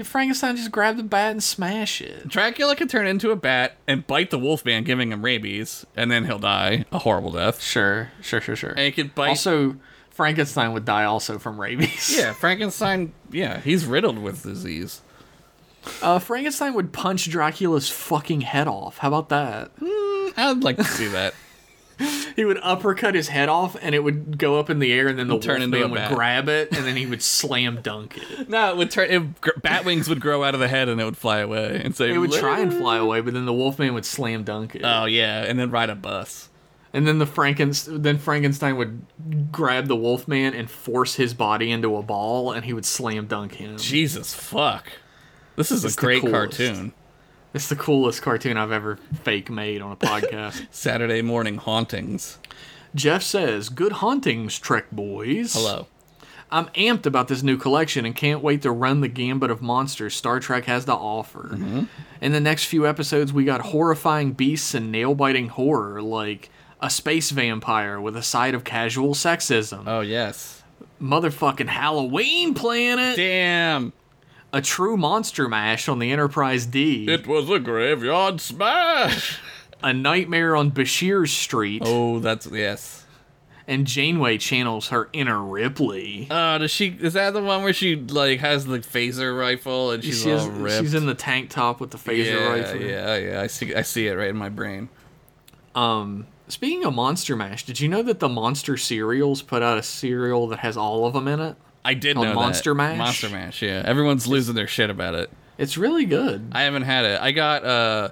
[SPEAKER 1] Frankenstein just grabbed the bat and smash it.
[SPEAKER 2] Dracula can turn into a bat and bite the wolfman, giving him rabies, and then he'll die a horrible death.
[SPEAKER 1] Sure, sure, sure, sure.
[SPEAKER 2] And he could bite.
[SPEAKER 1] also, Frankenstein would die also from rabies.
[SPEAKER 2] yeah, Frankenstein, yeah, he's riddled with disease.
[SPEAKER 1] Uh, Frankenstein would punch Dracula's fucking head off. How about that?
[SPEAKER 2] I'd like to see that.
[SPEAKER 1] He would uppercut his head off, and it would go up in the air, and then the
[SPEAKER 2] Turn into
[SPEAKER 1] Wolfman
[SPEAKER 2] a
[SPEAKER 1] would
[SPEAKER 2] bat.
[SPEAKER 1] grab it, and then he would slam dunk it.
[SPEAKER 2] no, it would turn. It, gr- bat wings would grow out of the head and it would fly away and say,
[SPEAKER 1] It would try and
[SPEAKER 2] "Look."
[SPEAKER 1] fly away, but then the Wolfman would slam dunk it,
[SPEAKER 2] Oh yeah, and then ride a bus.
[SPEAKER 1] and then the Frankenstein, then Frankenstein would grab the Wolfman and force his body into a ball, and he would slam dunk him.
[SPEAKER 2] Jesus fuck, this is
[SPEAKER 1] It's
[SPEAKER 2] a
[SPEAKER 1] the
[SPEAKER 2] great
[SPEAKER 1] coolest.
[SPEAKER 2] cartoon.
[SPEAKER 1] It's the coolest cartoon I've ever fake made on a podcast.
[SPEAKER 2] Saturday morning hauntings.
[SPEAKER 1] Jeff says, "Good hauntings, Trek boys."
[SPEAKER 2] Hello.
[SPEAKER 1] I'm amped about this new collection and can't wait to run the gambit of monsters Star Trek has to offer.
[SPEAKER 2] Mm-hmm.
[SPEAKER 1] In the next few episodes, we got horrifying beasts and nail biting horror, like a space vampire with a side of casual sexism,
[SPEAKER 2] Oh yes.
[SPEAKER 1] motherfucking Halloween planet,
[SPEAKER 2] Damn.
[SPEAKER 1] a true monster mash on the Enterprise D,
[SPEAKER 2] It was a graveyard smash.
[SPEAKER 1] a nightmare on Bashir Street,
[SPEAKER 2] Oh, that's yes.
[SPEAKER 1] and Janeway channels her inner Ripley.
[SPEAKER 2] Uh, does she? Is that the one where she like has the phaser rifle and she's
[SPEAKER 1] She is-
[SPEAKER 2] all ripped?
[SPEAKER 1] she's in the tank top with the phaser
[SPEAKER 2] yeah,
[SPEAKER 1] rifle.
[SPEAKER 2] yeah, oh, yeah. I see. I see it right in my brain.
[SPEAKER 1] Um, speaking of Monster Mash, did you know that the Monster cereals put out a cereal that has all of them in it?
[SPEAKER 2] I did
[SPEAKER 1] Called
[SPEAKER 2] know
[SPEAKER 1] Monster
[SPEAKER 2] that.
[SPEAKER 1] Mash?
[SPEAKER 2] Monster Mash. Yeah, everyone's losing their shit about it.
[SPEAKER 1] It's really good.
[SPEAKER 2] I haven't had it. I got uh,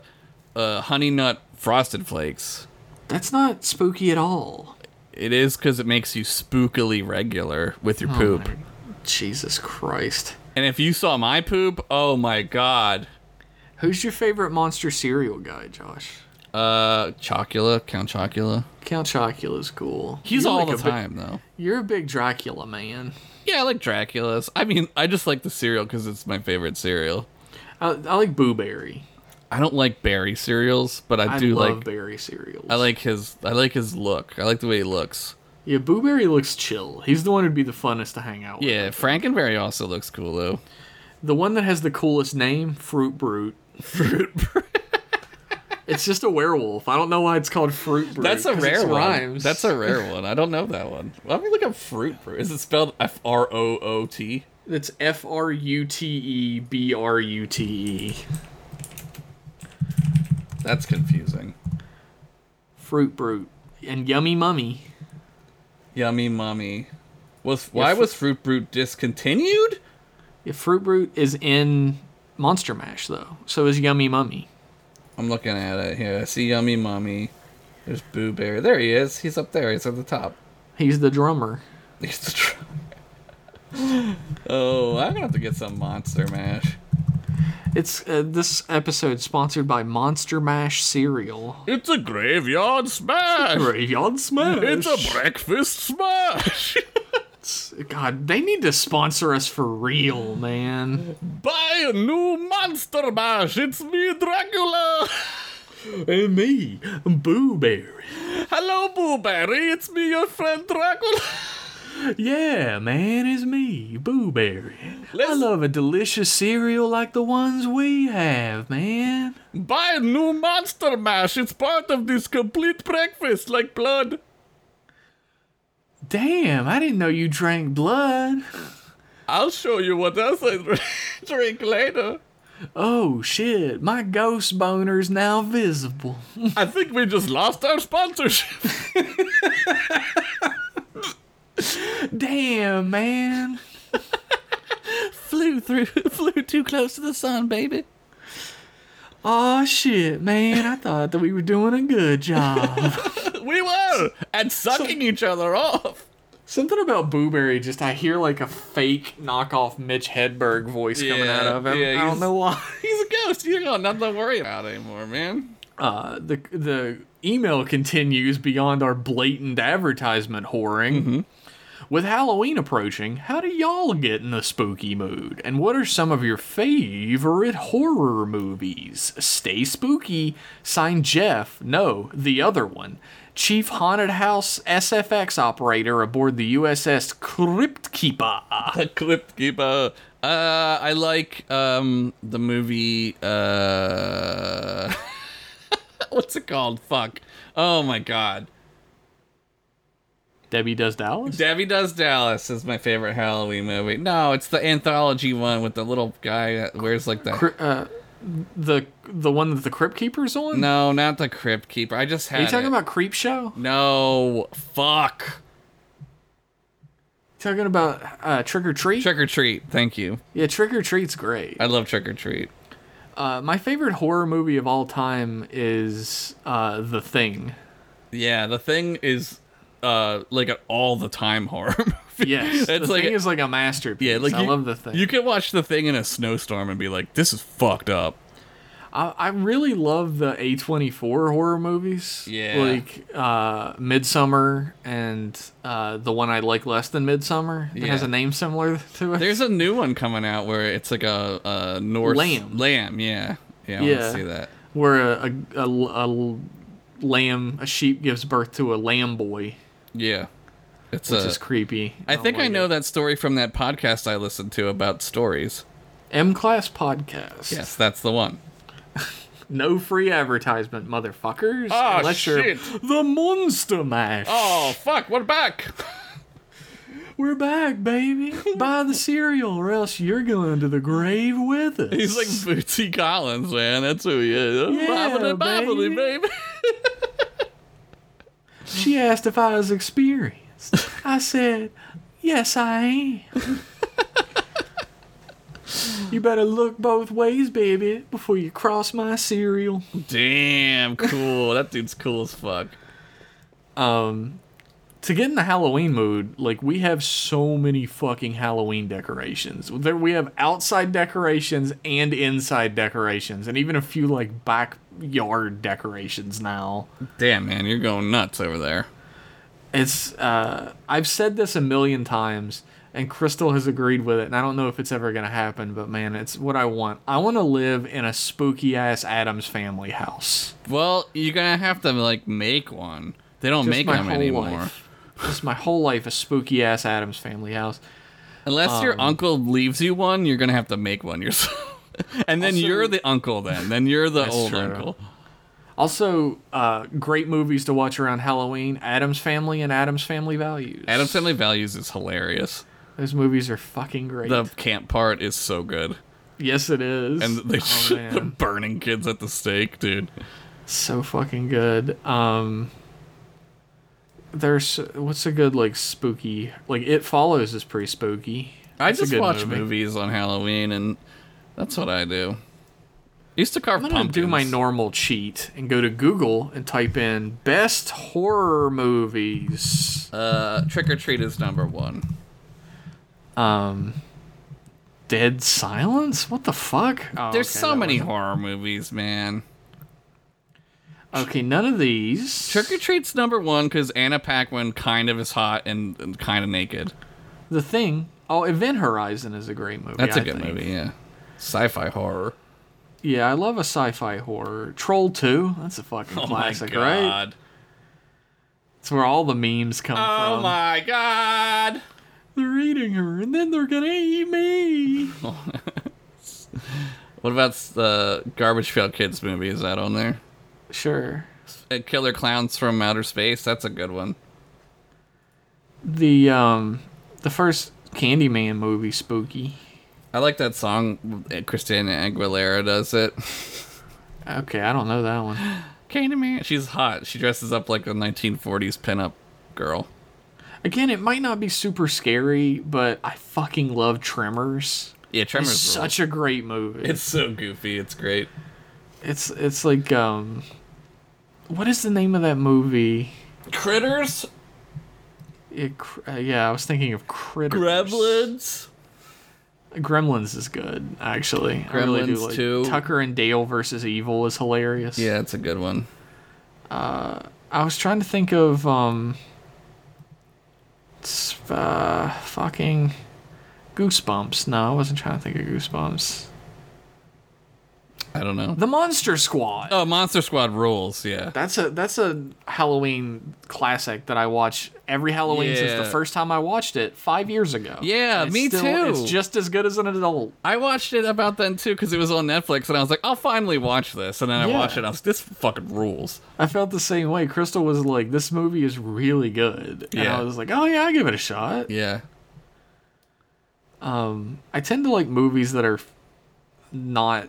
[SPEAKER 2] uh, honey nut frosted flakes.
[SPEAKER 1] That's not spooky at all.
[SPEAKER 2] It is because it makes you spookily regular with
[SPEAKER 1] Oh
[SPEAKER 2] your poop.
[SPEAKER 1] Jesus Christ.
[SPEAKER 2] And if you saw my poop, oh my god.
[SPEAKER 1] Who's your favorite monster cereal guy, Josh?
[SPEAKER 2] Uh, Chocula, Count Chocula.
[SPEAKER 1] Count Chocula's cool.
[SPEAKER 2] He's
[SPEAKER 1] You're
[SPEAKER 2] all
[SPEAKER 1] like a
[SPEAKER 2] the
[SPEAKER 1] big-
[SPEAKER 2] time though.
[SPEAKER 1] you're a big Dracula man.
[SPEAKER 2] Yeah, I like Dracula's. I mean, I just like the cereal because it's my favorite cereal.
[SPEAKER 1] I, I like Boo Berry.
[SPEAKER 2] I don't like berry cereals, but I,
[SPEAKER 1] I
[SPEAKER 2] do
[SPEAKER 1] love
[SPEAKER 2] like.
[SPEAKER 1] berry cereals.
[SPEAKER 2] I like his. I like his look. I like the way he looks.
[SPEAKER 1] Yeah, Boo Berry looks chill. He's the one who'd be the funnest to hang out with.
[SPEAKER 2] Yeah, Frankenberry also looks cool though.
[SPEAKER 1] The one that has the coolest name, Fruit Brute. Fruit Brute. it's just a werewolf. I don't know why it's called Fruit Brute.
[SPEAKER 2] That's a
[SPEAKER 1] 'cause
[SPEAKER 2] rare
[SPEAKER 1] it's
[SPEAKER 2] one.
[SPEAKER 1] Rhymes.
[SPEAKER 2] That's a rare one. I don't know that one. Let me look up fruit brew. Is it spelled F R O O T?
[SPEAKER 1] It's F R U T E B R U T E.
[SPEAKER 2] That's confusing.
[SPEAKER 1] Fruit Brute and Yummy Mummy.
[SPEAKER 2] Yummy mommy. Was why
[SPEAKER 1] fr-
[SPEAKER 2] was fruit brute discontinued?
[SPEAKER 1] Yeah, Fruit Brute is in Monster Mash though. So is Yummy Mummy.
[SPEAKER 2] I'm looking at it here. I see yummy mommy. There's Boo Bear. There he is. He's up there. He's at the top.
[SPEAKER 1] He's the drummer.
[SPEAKER 2] He's the tr- oh, I'm gonna have to get some Monster Mash.
[SPEAKER 1] It's uh, this episode sponsored by Monster Mash cereal.
[SPEAKER 2] It's a graveyard smash.
[SPEAKER 1] Graveyard Smash.
[SPEAKER 2] breakfast smash.
[SPEAKER 1] God, they need to sponsor us for real, man.
[SPEAKER 2] Buy a new Monster Mash. It's me, Dracula.
[SPEAKER 1] And me, Boo Berry.
[SPEAKER 2] Hello, Boo Berry. It's me, your friend Dracula.
[SPEAKER 1] Yeah, man, it's me, Boo Berry. I
[SPEAKER 2] Let's-
[SPEAKER 1] love a delicious cereal like the ones we have, man.
[SPEAKER 2] Buy a new Monster Mash. It's part of this complete breakfast, like blood.
[SPEAKER 1] Damn, I didn't know you drank blood.
[SPEAKER 2] I'll show you what else I dr- drink later.
[SPEAKER 1] Oh shit, my ghost boner's now visible.
[SPEAKER 2] I think we just lost our sponsorship.
[SPEAKER 1] Damn, man.
[SPEAKER 2] flew through, flew too close to the sun, baby.
[SPEAKER 1] Oh shit, man, I thought that we were doing a good job.
[SPEAKER 2] We were and sucking each other off.
[SPEAKER 1] Something about Booberry, just I hear like a fake knockoff Mitch Hedberg voice coming
[SPEAKER 2] Yeah,
[SPEAKER 1] out of him.
[SPEAKER 2] yeah,
[SPEAKER 1] I
[SPEAKER 2] he's-
[SPEAKER 1] don't know why.
[SPEAKER 2] He's a ghost. You got nothing to worry about anymore, man.
[SPEAKER 1] Uh, the the email continues beyond our blatant advertisement whoring. With Halloween approaching, how do y'all get in the spooky mood? And what are some of your favorite horror movies? Stay spooky. Signed Jeff. No, the other one. Chief Haunted House SFX operator aboard the USS Cryptkeeper.
[SPEAKER 2] A clip keeper. Uh, I like um the movie. Uh, what's it called? Fuck. Oh my god.
[SPEAKER 1] Debbie Does Dallas?
[SPEAKER 2] Debbie Does Dallas is my favorite Halloween movie. No, it's the anthology one with the little guy that wears like the.
[SPEAKER 1] Cri- uh, the the one that the Crypt Keeper's on?
[SPEAKER 2] No, not the Crypt Keeper. I just had.
[SPEAKER 1] Are you talking
[SPEAKER 2] it.
[SPEAKER 1] about Creep Show?
[SPEAKER 2] No, fuck.
[SPEAKER 1] Talking about uh, Trick or Treat?
[SPEAKER 2] Trick or treat. Thank you.
[SPEAKER 1] yeah, Trick or Treat's great.
[SPEAKER 2] I love trick or treat.
[SPEAKER 1] Uh, my favorite horror movie of all time is uh, The Thing.
[SPEAKER 2] Yeah, the thing is, uh, like an all the time horror movie.
[SPEAKER 1] Yes,
[SPEAKER 2] it's
[SPEAKER 1] The
[SPEAKER 2] like
[SPEAKER 1] Thing is like a masterpiece.
[SPEAKER 2] yeah, like
[SPEAKER 1] I
[SPEAKER 2] you-
[SPEAKER 1] love The Thing.
[SPEAKER 2] You can watch the thing in a snowstorm and be like, this is fucked up.
[SPEAKER 1] I, I really love the A twenty four horror movies.
[SPEAKER 2] Yeah.
[SPEAKER 1] like uh, Midsummer and uh, the one I like less than Midsummer that has
[SPEAKER 2] Yeah.
[SPEAKER 1] a name similar to it.
[SPEAKER 2] There's a new one coming out where it's like a, a Norse
[SPEAKER 1] Lamb.
[SPEAKER 2] Lamb, yeah, yeah. I
[SPEAKER 1] Yeah.
[SPEAKER 2] want to see that.
[SPEAKER 1] where a, a, a, a lamb, a sheep gives birth to a lamb boy,
[SPEAKER 2] Yeah, it's
[SPEAKER 1] which
[SPEAKER 2] a.
[SPEAKER 1] is creepy. Oh
[SPEAKER 2] I think I know
[SPEAKER 1] that
[SPEAKER 2] that story from that podcast I listened to about stories.
[SPEAKER 1] M Class podcast.
[SPEAKER 2] Yes, that's the one.
[SPEAKER 1] No free advertisement, motherfuckers.
[SPEAKER 2] Oh,
[SPEAKER 1] unless
[SPEAKER 2] shit. Oh.
[SPEAKER 1] you're the Monster Mash.
[SPEAKER 2] fuck, we're back.
[SPEAKER 1] We're back, baby. Buy the cereal, or else you're going to the grave with us.
[SPEAKER 2] He's like Bootsy Collins, man. That's who he is.
[SPEAKER 1] Yeah,
[SPEAKER 2] Bobbity, bobbity,
[SPEAKER 1] baby.
[SPEAKER 2] baby.
[SPEAKER 1] She asked if I was experienced. I said, Yes, I am. you better look both ways, baby, before you cross my cereal.
[SPEAKER 2] Damn, cool. That dude's cool as fuck.
[SPEAKER 1] To get in the Halloween mood, like, we have so many fucking Halloween decorations. There, we have outside decorations and inside decorations, and even a few, like, backyard decorations now.
[SPEAKER 2] Damn, man, you're going nuts over there.
[SPEAKER 1] It's uh, I've said this a million times, and Crystal has agreed with it. And I don't know if it's ever gonna happen, but man, it's what I want. I want to live in a spooky ass Adams family house.
[SPEAKER 2] Well, you're gonna have to like make one. They don't
[SPEAKER 1] Just
[SPEAKER 2] make
[SPEAKER 1] my
[SPEAKER 2] them
[SPEAKER 1] whole
[SPEAKER 2] anymore.
[SPEAKER 1] life. Just my whole life, a spooky ass Adams family house.
[SPEAKER 2] Unless
[SPEAKER 1] Um,
[SPEAKER 2] your uncle leaves you one, you're gonna have to make one yourself. and then
[SPEAKER 1] Also-
[SPEAKER 2] you're the uncle. Then, then you're the old
[SPEAKER 1] true.
[SPEAKER 2] uncle.
[SPEAKER 1] Also, uh, great movies to watch around Halloween: Adams Family and Adams Family Values.
[SPEAKER 2] Adam's Family Values is hilarious.
[SPEAKER 1] Those movies are fucking great.
[SPEAKER 2] The camp part is so good,
[SPEAKER 1] yes, it is.
[SPEAKER 2] and they
[SPEAKER 1] oh,
[SPEAKER 2] the
[SPEAKER 1] man.
[SPEAKER 2] burning kids at the stake, dude.
[SPEAKER 1] so fucking good. Um there's what's a good like spooky like it follows is pretty spooky.
[SPEAKER 2] I
[SPEAKER 1] It's a
[SPEAKER 2] just
[SPEAKER 1] good
[SPEAKER 2] watch
[SPEAKER 1] movie.
[SPEAKER 2] movies on Halloween, and that's what I do. I used to carve
[SPEAKER 1] I'm gonna
[SPEAKER 2] pumpkins.
[SPEAKER 1] do my normal cheat and go to Google and type in best horror movies.
[SPEAKER 2] uh, Trick or treat is number one.
[SPEAKER 1] Um Dead Silence? What the fuck? Oh,
[SPEAKER 2] There's
[SPEAKER 1] okay,
[SPEAKER 2] so
[SPEAKER 1] that
[SPEAKER 2] many
[SPEAKER 1] wasn't-
[SPEAKER 2] horror movies, man.
[SPEAKER 1] Okay, none of these.
[SPEAKER 2] Trick or treat's number one because Anna Paquin kind of is hot and, and kind of naked.
[SPEAKER 1] the thing. Oh, Event Horizon is a great movie.
[SPEAKER 2] That's
[SPEAKER 1] I
[SPEAKER 2] a good
[SPEAKER 1] think.
[SPEAKER 2] movie, yeah. Sci-fi horror.
[SPEAKER 1] Yeah, I love a sci-fi horror. Troll 2, that's a
[SPEAKER 2] Oh
[SPEAKER 1] fucking classic, right? It's where all the memes come
[SPEAKER 2] Oh
[SPEAKER 1] from.
[SPEAKER 2] my god!
[SPEAKER 1] They're eating her, and then they're gonna eat me.
[SPEAKER 2] What about the Garbage Pail Kids movie? Is that on there?
[SPEAKER 1] Sure.
[SPEAKER 2] Uh, Killer Clowns from Outer Space. That's a good one.
[SPEAKER 1] The um, the first Candyman movie, spooky.
[SPEAKER 2] I like that song. uh, Christina Aguilera does it.
[SPEAKER 1] Okay, I don't know that one.
[SPEAKER 2] Candyman. She's hot. She dresses up like a 1940s pinup girl.
[SPEAKER 1] Again, it might not be super scary, but I fucking love Tremors.
[SPEAKER 2] Yeah, Tremors.
[SPEAKER 1] It's
[SPEAKER 2] rules.
[SPEAKER 1] such a great movie.
[SPEAKER 2] It's so goofy. It's great.
[SPEAKER 1] it's it's like um, what is the name of that movie?
[SPEAKER 2] Critters.
[SPEAKER 1] It, cr- uh, yeah, I was thinking of Critters.
[SPEAKER 2] Gremlins.
[SPEAKER 1] Gremlins is good, actually. I really do
[SPEAKER 2] Gremlins
[SPEAKER 1] like-
[SPEAKER 2] 2.
[SPEAKER 1] Tucker and Dale versus Evil is hilarious.
[SPEAKER 2] Yeah, it's a good one.
[SPEAKER 1] I was trying to think of um, s- uh, fucking Goosebumps. No, I wasn't trying to think of Goosebumps.
[SPEAKER 2] I don't know.
[SPEAKER 1] The Monster Squad.
[SPEAKER 2] Oh, Monster Squad rules. Yeah.
[SPEAKER 1] That's a that's a Halloween classic that I watch every Halloween since the
[SPEAKER 2] Yeah. first
[SPEAKER 1] first time I watched it five years ago.
[SPEAKER 2] Yeah, And it's me still-
[SPEAKER 1] It's
[SPEAKER 2] it's too.
[SPEAKER 1] just as good as an adult.
[SPEAKER 2] I watched it about then too because it was on Netflix, and I was like, I'll finally watch this. And then I
[SPEAKER 1] Yeah.
[SPEAKER 2] watched it. and I was this fucking rules.
[SPEAKER 1] I felt the same way. Crystal was like, "This movie is really good," and
[SPEAKER 2] Yeah.
[SPEAKER 1] I was like, "Oh yeah, I give it a shot."
[SPEAKER 2] Yeah.
[SPEAKER 1] I tend to like movies that are not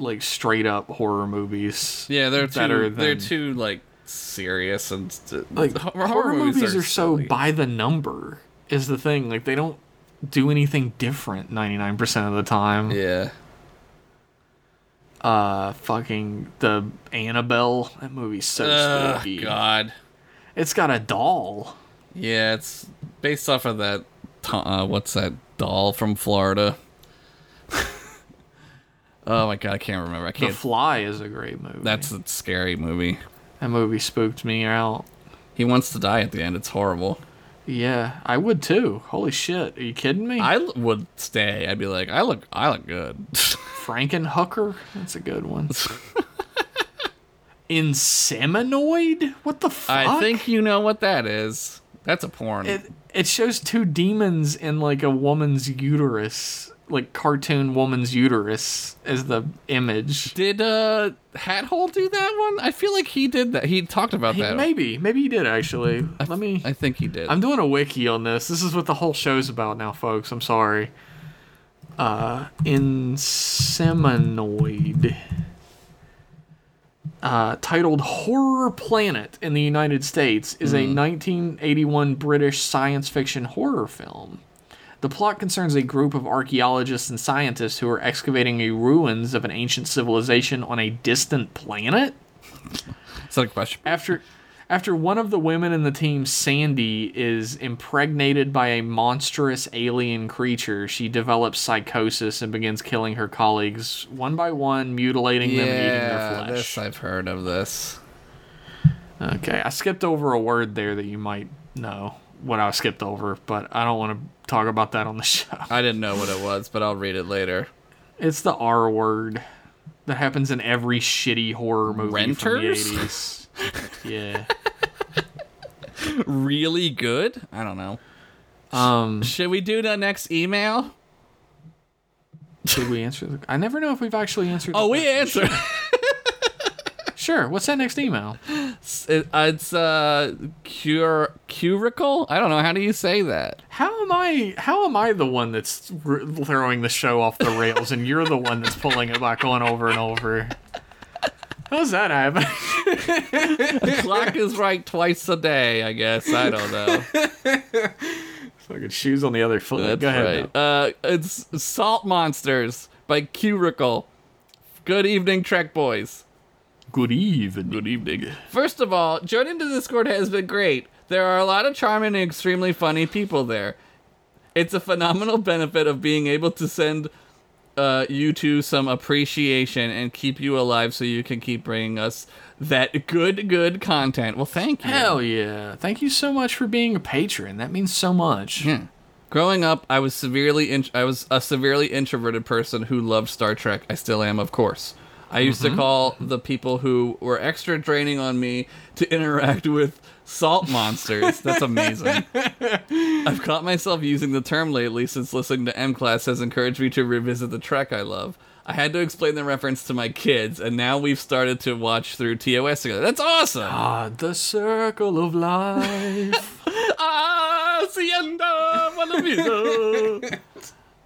[SPEAKER 1] like straight up horror movies.
[SPEAKER 2] Yeah, they're
[SPEAKER 1] better
[SPEAKER 2] too, they're
[SPEAKER 1] than-
[SPEAKER 2] too like serious and st-
[SPEAKER 1] like
[SPEAKER 2] ho-
[SPEAKER 1] horror, movies, are, so
[SPEAKER 2] silly.
[SPEAKER 1] by the number is the thing. Like they don't do anything different ninety nine percent of the time.
[SPEAKER 2] Yeah.
[SPEAKER 1] uh fucking the Annabelle. That movie's so
[SPEAKER 2] Ugh,
[SPEAKER 1] spooky.
[SPEAKER 2] God.
[SPEAKER 1] It's got a doll.
[SPEAKER 2] Yeah, it's based off of that. t- Uh, what's that doll from Florida? oh my god, I can't remember. I
[SPEAKER 1] The
[SPEAKER 2] can't.
[SPEAKER 1] Fly is a great movie.
[SPEAKER 2] That's a scary movie.
[SPEAKER 1] that movie spooked me out.
[SPEAKER 2] He wants to die at the end. It's horrible.
[SPEAKER 1] Yeah, I would too. Holy shit, are you kidding me?
[SPEAKER 2] I l- would stay. I'd be like, I look, I look good.
[SPEAKER 1] Frankenhooker. That's a good one. Inseminoid? What the fuck?
[SPEAKER 2] I think you know what that is. That's a porn.
[SPEAKER 1] it, it shows two demons in like a woman's uterus, like cartoon woman's uterus as the image.
[SPEAKER 2] did uh Hathole do that one? I feel like he did that. He talked about
[SPEAKER 1] Hey,
[SPEAKER 2] that.
[SPEAKER 1] maybe, maybe he did actually. Let me.
[SPEAKER 2] I think he did.
[SPEAKER 1] I'm doing a wiki on this. This is what the whole show's about now, folks. I'm sorry. Uh, Inseminoid. Uh, titled Horror Planet in the United States is a 1981 British science fiction horror film. The plot concerns a group of archaeologists and scientists who are excavating the ruins of an ancient civilization on a distant planet.
[SPEAKER 2] Is that a question?
[SPEAKER 1] After after one of the women in the team, Sandy, is impregnated by a monstrous alien creature, she develops psychosis and begins killing her colleagues one by one, mutilating them and eating
[SPEAKER 2] Yeah,
[SPEAKER 1] their
[SPEAKER 2] this
[SPEAKER 1] flesh.
[SPEAKER 2] I've heard of this.
[SPEAKER 1] Okay, I skipped over a word there that you might know what I skipped over, but I don't want to talk about that on the show.
[SPEAKER 2] I didn't know what it was, but I'll read it later.
[SPEAKER 1] It's the R word that happens in every shitty horror movie
[SPEAKER 2] Renters?
[SPEAKER 1] from the 80s. yeah.
[SPEAKER 2] Really good? I don't know.
[SPEAKER 1] Um,
[SPEAKER 2] Should we do the next email?
[SPEAKER 1] did we answer the I never know if we've actually answered the
[SPEAKER 2] Oh, we
[SPEAKER 1] question.
[SPEAKER 2] answered.
[SPEAKER 1] Sure. What's that next email?
[SPEAKER 2] It- it's uh cure curicle. I don't know how do you say that.
[SPEAKER 1] How am I? How am I the one that's r- throwing the show off the rails, and you're the one that's pulling it back on over and over? How's that happen?
[SPEAKER 2] Clock is right twice a day, I guess. I don't know.
[SPEAKER 1] Fucking shoes on the other foot.
[SPEAKER 2] That's
[SPEAKER 1] Go ahead.
[SPEAKER 2] right. Uh, it's Salt Monsters by Curicle. Good evening, Trek Boys.
[SPEAKER 1] Good evening. Good evening.
[SPEAKER 2] First of all, joining the Discord has been great. There are a lot of charming and extremely funny people there. It's a phenomenal benefit of being able to send uh, you two some appreciation and keep you alive so you can keep bringing us that good, good content. Well, thank you.
[SPEAKER 1] Hell yeah! Thank you so much for being a patron. That means so much.
[SPEAKER 2] Yeah. Hmm. Growing up, I was severely in- I was a severely introverted person who loved Star Trek. I still am, of course. I used to call the people who were extra draining on me to interact with salt monsters. That's amazing. I've caught myself using the term lately since listening to M Class has encouraged me to revisit the Trek I love. I had to explain the reference to my kids, and now we've started to watch through TOS together. That's awesome!
[SPEAKER 1] Ah, the circle of life.
[SPEAKER 2] Ah, Hacienda Malavisa.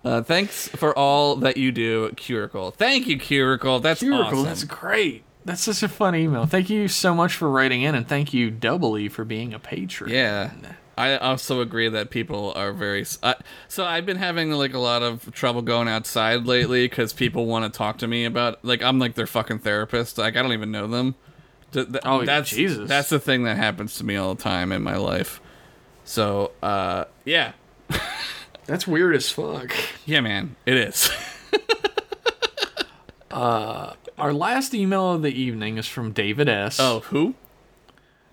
[SPEAKER 2] Uh, thanks for all that you do, Curicle. Thank you, Curicle. That's
[SPEAKER 1] Miracle.
[SPEAKER 2] awesome.
[SPEAKER 1] That's great. That's such a fun email. Thank you so much for writing in, and thank you doubly for being a patron.
[SPEAKER 2] yeah. I also agree that people are very. s- I- so I've been having like a lot of trouble going outside lately because people want to talk to me about like I'm like their fucking therapist. Like I don't even know them. Th- th-
[SPEAKER 1] Oh,
[SPEAKER 2] that's
[SPEAKER 1] Jesus.
[SPEAKER 2] That's the thing that happens to me all the time in my life. So uh, yeah,
[SPEAKER 1] That's weird as fuck.
[SPEAKER 2] yeah, man, it is.
[SPEAKER 1] Our last email of the evening is from David S.
[SPEAKER 2] oh, who?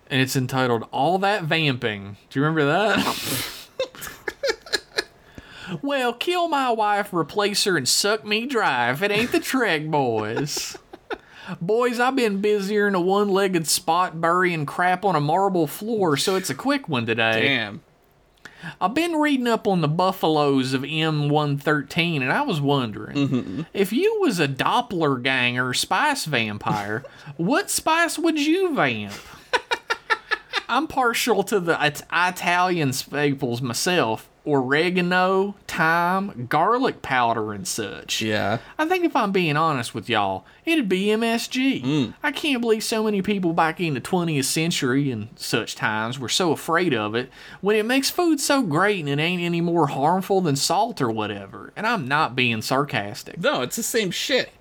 [SPEAKER 1] And it's entitled All That Vamping. Do you remember that? well, kill my wife, replace her, and suck me dry if it ain't the Trek Boys. Boys, I've been busier than a one legged spot burying crap on a marble floor, so it's a quick one today.
[SPEAKER 2] Damn.
[SPEAKER 1] I've been reading up on the buffaloes of M113, and I was wondering if you was a Doppler ganger spice vampire, what spice would you vamp? I'm partial to the it- Italian staples myself oregano, thyme, garlic powder, and such.
[SPEAKER 2] Yeah.
[SPEAKER 1] I think if I'm being honest with y'all, it'd be MSG. I can't believe so many people back in the 20th century and such times were so afraid of it when it makes food so great and it ain't any more harmful than salt or whatever. And I'm not being sarcastic.
[SPEAKER 2] No, it's the same shit.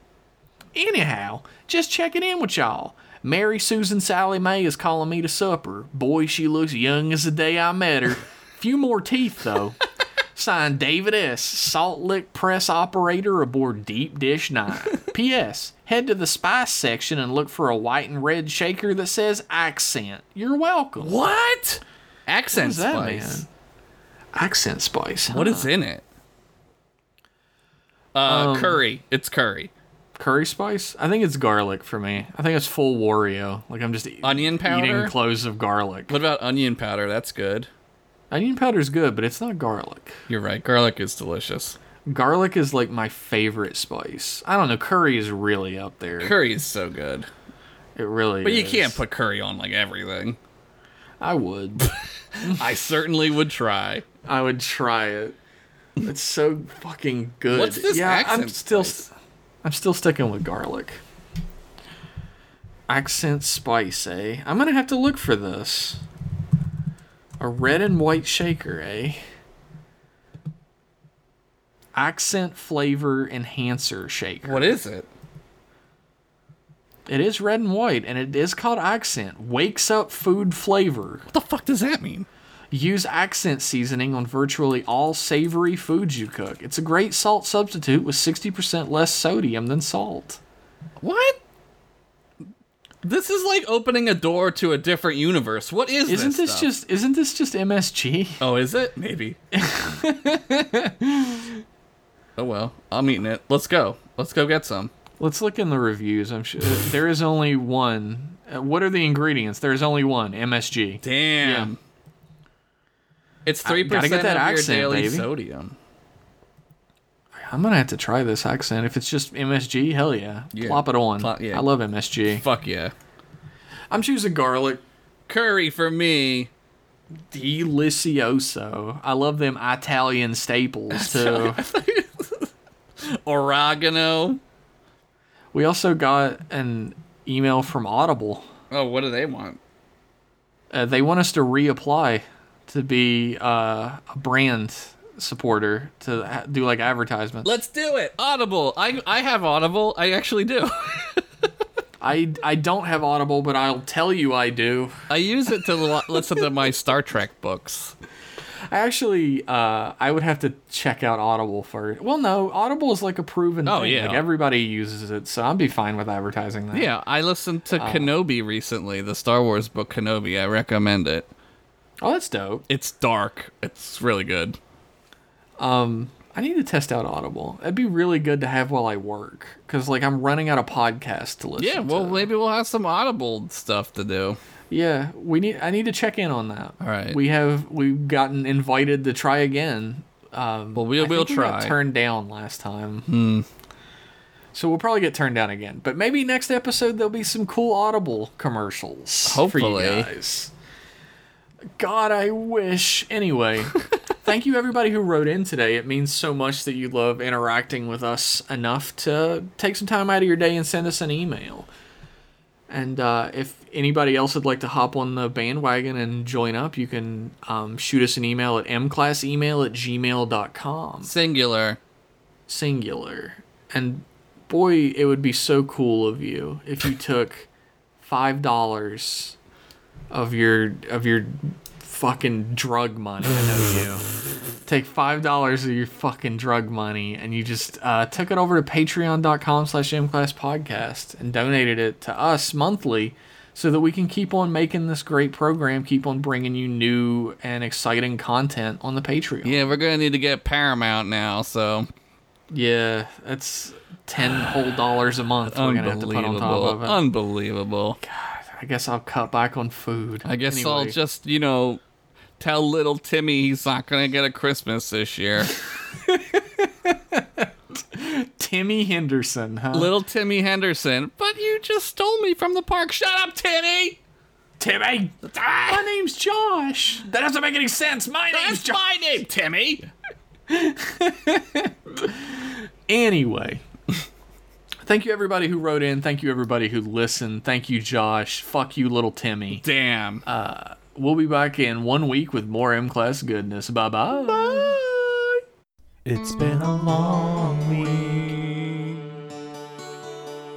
[SPEAKER 1] Anyhow, just checking in with y'all. Mary Susan Sally May is calling me to supper. Boy, she looks young as the day I met her. Few more teeth, though. Signed David S., Salt Lick Press operator aboard Deep Dish 9. P.S. Head to the spice section and look for a white and red shaker that says accent. You're welcome.
[SPEAKER 2] What? Accent
[SPEAKER 1] What's that,
[SPEAKER 2] spice.
[SPEAKER 1] man? Accent spice.
[SPEAKER 2] What
[SPEAKER 1] huh?
[SPEAKER 2] is in it? Uh,
[SPEAKER 1] Um,
[SPEAKER 2] curry. It's curry.
[SPEAKER 1] curry spice? I think it's garlic for me. I think it's full Wario. Like I'm just e-
[SPEAKER 2] Onion powder?
[SPEAKER 1] eating cloves of garlic.
[SPEAKER 2] What about onion powder? That's good.
[SPEAKER 1] Onion powder's good, but it's not garlic.
[SPEAKER 2] You're right. Garlic is delicious.
[SPEAKER 1] Garlic is like my favorite spice. I don't know. Curry is really up there.
[SPEAKER 2] Curry is so good.
[SPEAKER 1] it really.
[SPEAKER 2] But you can't put curry on like everything.
[SPEAKER 1] I would.
[SPEAKER 2] I certainly would try.
[SPEAKER 1] I would try it. It's so fucking good.
[SPEAKER 2] What's this
[SPEAKER 1] yeah, I'm
[SPEAKER 2] accent
[SPEAKER 1] still.
[SPEAKER 2] spice?
[SPEAKER 1] I'm still sticking with garlic. Accent spice, eh? I'm gonna have to look for this. A red and white shaker, eh? Accent flavor enhancer shaker.
[SPEAKER 2] What is it?
[SPEAKER 1] It is red and white, and it is called Accent. Wakes up food flavor.
[SPEAKER 2] What the fuck does that mean?
[SPEAKER 1] Use Accent seasoning on virtually all savory foods you cook. It's a great salt substitute with 60% less sodium than salt.
[SPEAKER 2] What? This is like opening a door to a different universe. What is
[SPEAKER 1] Isn't
[SPEAKER 2] this
[SPEAKER 1] this
[SPEAKER 2] stuff?
[SPEAKER 1] just isn't this just MSG?
[SPEAKER 2] Oh, is it? Maybe. oh well, I'm eating it. Let's go. Let's go get some.
[SPEAKER 1] Let's look in the reviews. I'm sure uh, there is only one. Uh, what are the ingredients? There is only one MSG.
[SPEAKER 2] Damn. It's three
[SPEAKER 1] gotta
[SPEAKER 2] percent
[SPEAKER 1] get
[SPEAKER 2] of
[SPEAKER 1] that
[SPEAKER 2] your
[SPEAKER 1] accent,
[SPEAKER 2] daily
[SPEAKER 1] baby.
[SPEAKER 2] sodium.
[SPEAKER 1] I'm gonna have to try this Accent. If it's just MSG, hell yeah,
[SPEAKER 2] Yeah.
[SPEAKER 1] plop it on.
[SPEAKER 2] Plop- yeah.
[SPEAKER 1] I love MSG.
[SPEAKER 2] Fuck yeah.
[SPEAKER 1] I'm choosing garlic.
[SPEAKER 2] Curry for me.
[SPEAKER 1] Delicioso. I love them Italian staples too.
[SPEAKER 2] Oregano.
[SPEAKER 1] we also got an email from Audible.
[SPEAKER 2] Oh, what do they want?
[SPEAKER 1] Uh, they want us to reapply to be uh, a brand supporter to ha- do like advertisements.
[SPEAKER 2] Let's do it. Audible. I I have Audible. I actually do.
[SPEAKER 1] I I don't have Audible, but I'll tell you I do.
[SPEAKER 2] I use it to lo- listen to my Star Trek books.
[SPEAKER 1] I actually uh, I would have to check out Audible first. Well, no, Audible is like a proven
[SPEAKER 2] Oh,
[SPEAKER 1] thing.
[SPEAKER 2] yeah.
[SPEAKER 1] Like everybody uses it, so I'd be fine with advertising that.
[SPEAKER 2] Yeah, I listened to
[SPEAKER 1] Ah.
[SPEAKER 2] Kenobi recently, the Star Wars book Kenobi. I recommend it.
[SPEAKER 1] Oh, that's dope.
[SPEAKER 2] It's dark. It's really good.
[SPEAKER 1] I need to test out Audible. That'd be really good to have while I work because, like, I'm running out of podcasts to listen.
[SPEAKER 2] Yeah, well,
[SPEAKER 1] to.
[SPEAKER 2] maybe we'll have some Audible stuff to do.
[SPEAKER 1] yeah, we need. I need to check in on that.
[SPEAKER 2] All right.
[SPEAKER 1] we have we've gotten invited to try again. Um,
[SPEAKER 2] Well, we-
[SPEAKER 1] I think
[SPEAKER 2] we'll
[SPEAKER 1] we got
[SPEAKER 2] try.
[SPEAKER 1] turned down last time. Hmm. So we'll probably get turned down again, but maybe next episode there'll be some cool Audible commercials. for
[SPEAKER 2] Hopefully.
[SPEAKER 1] you guys. God, I wish. Anyway, thank you everybody who wrote in today. It means so much that you love interacting with us enough to take some time out of your day and send us an email. And uh, if anybody else would like to hop on the bandwagon and join up, you can um, shoot us an email at mclassemail at gmail.com.
[SPEAKER 2] Singular.
[SPEAKER 1] Singular. And boy, it would be so cool of you if you took $5 of your of your fucking drug money. I know you. Take five dollars of your fucking drug money, and you just uh, took it over to Patreon.com/slash Podcast and donated it to us monthly, so that we can keep on making this great program, keep on bringing you new and exciting content on the Patreon.
[SPEAKER 2] Yeah, we're gonna need to get Paramount now, so
[SPEAKER 1] Yeah, that's ten whole dollars a month we're gonna have to put on top
[SPEAKER 2] Unbelievable.
[SPEAKER 1] of it.
[SPEAKER 2] Unbelievable.
[SPEAKER 1] I guess I'll cut back on food.
[SPEAKER 2] I guess I'll
[SPEAKER 1] Anyway,
[SPEAKER 2] just, you know, tell little Timmy he's not going to get a Christmas this year.
[SPEAKER 1] Timmy Henderson, huh?
[SPEAKER 2] little Timmy Henderson, but you just stole me from the park. Shut up, Timmy!
[SPEAKER 1] Timmy. My name's Josh. That doesn't make any sense. My name's
[SPEAKER 2] Ah! That's
[SPEAKER 1] Josh.
[SPEAKER 2] my name, Timmy!
[SPEAKER 1] Anyway, thank you everybody who wrote in. Thank you everybody who listened. Thank you, Josh. Fuck you, little Timmy.
[SPEAKER 2] Damn.
[SPEAKER 1] We'll be back in one week with more M Class goodness. Bye bye. Bye.
[SPEAKER 3] It's been a long week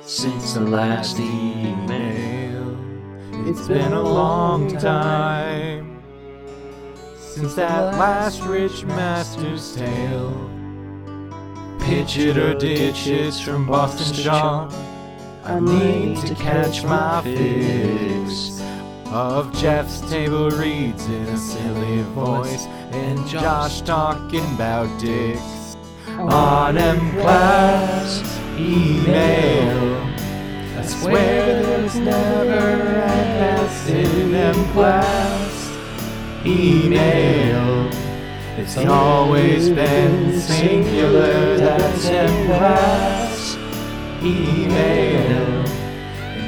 [SPEAKER 3] since the last email. It's been a long time since that last Rich Master's tale. Pitch it or ditch it from Boston Sean. I need to catch my fix of Jeff's table reads in a silly voice and Josh talking about dicks on M class email. I swear there's never an S in M class email. It's always been singular. That's M class email.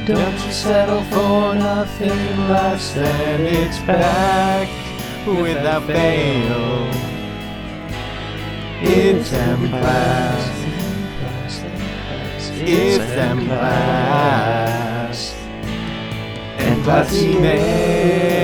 [SPEAKER 3] Don't you settle for nothing less than it's back without fail. It's M class. It's M class. M class email.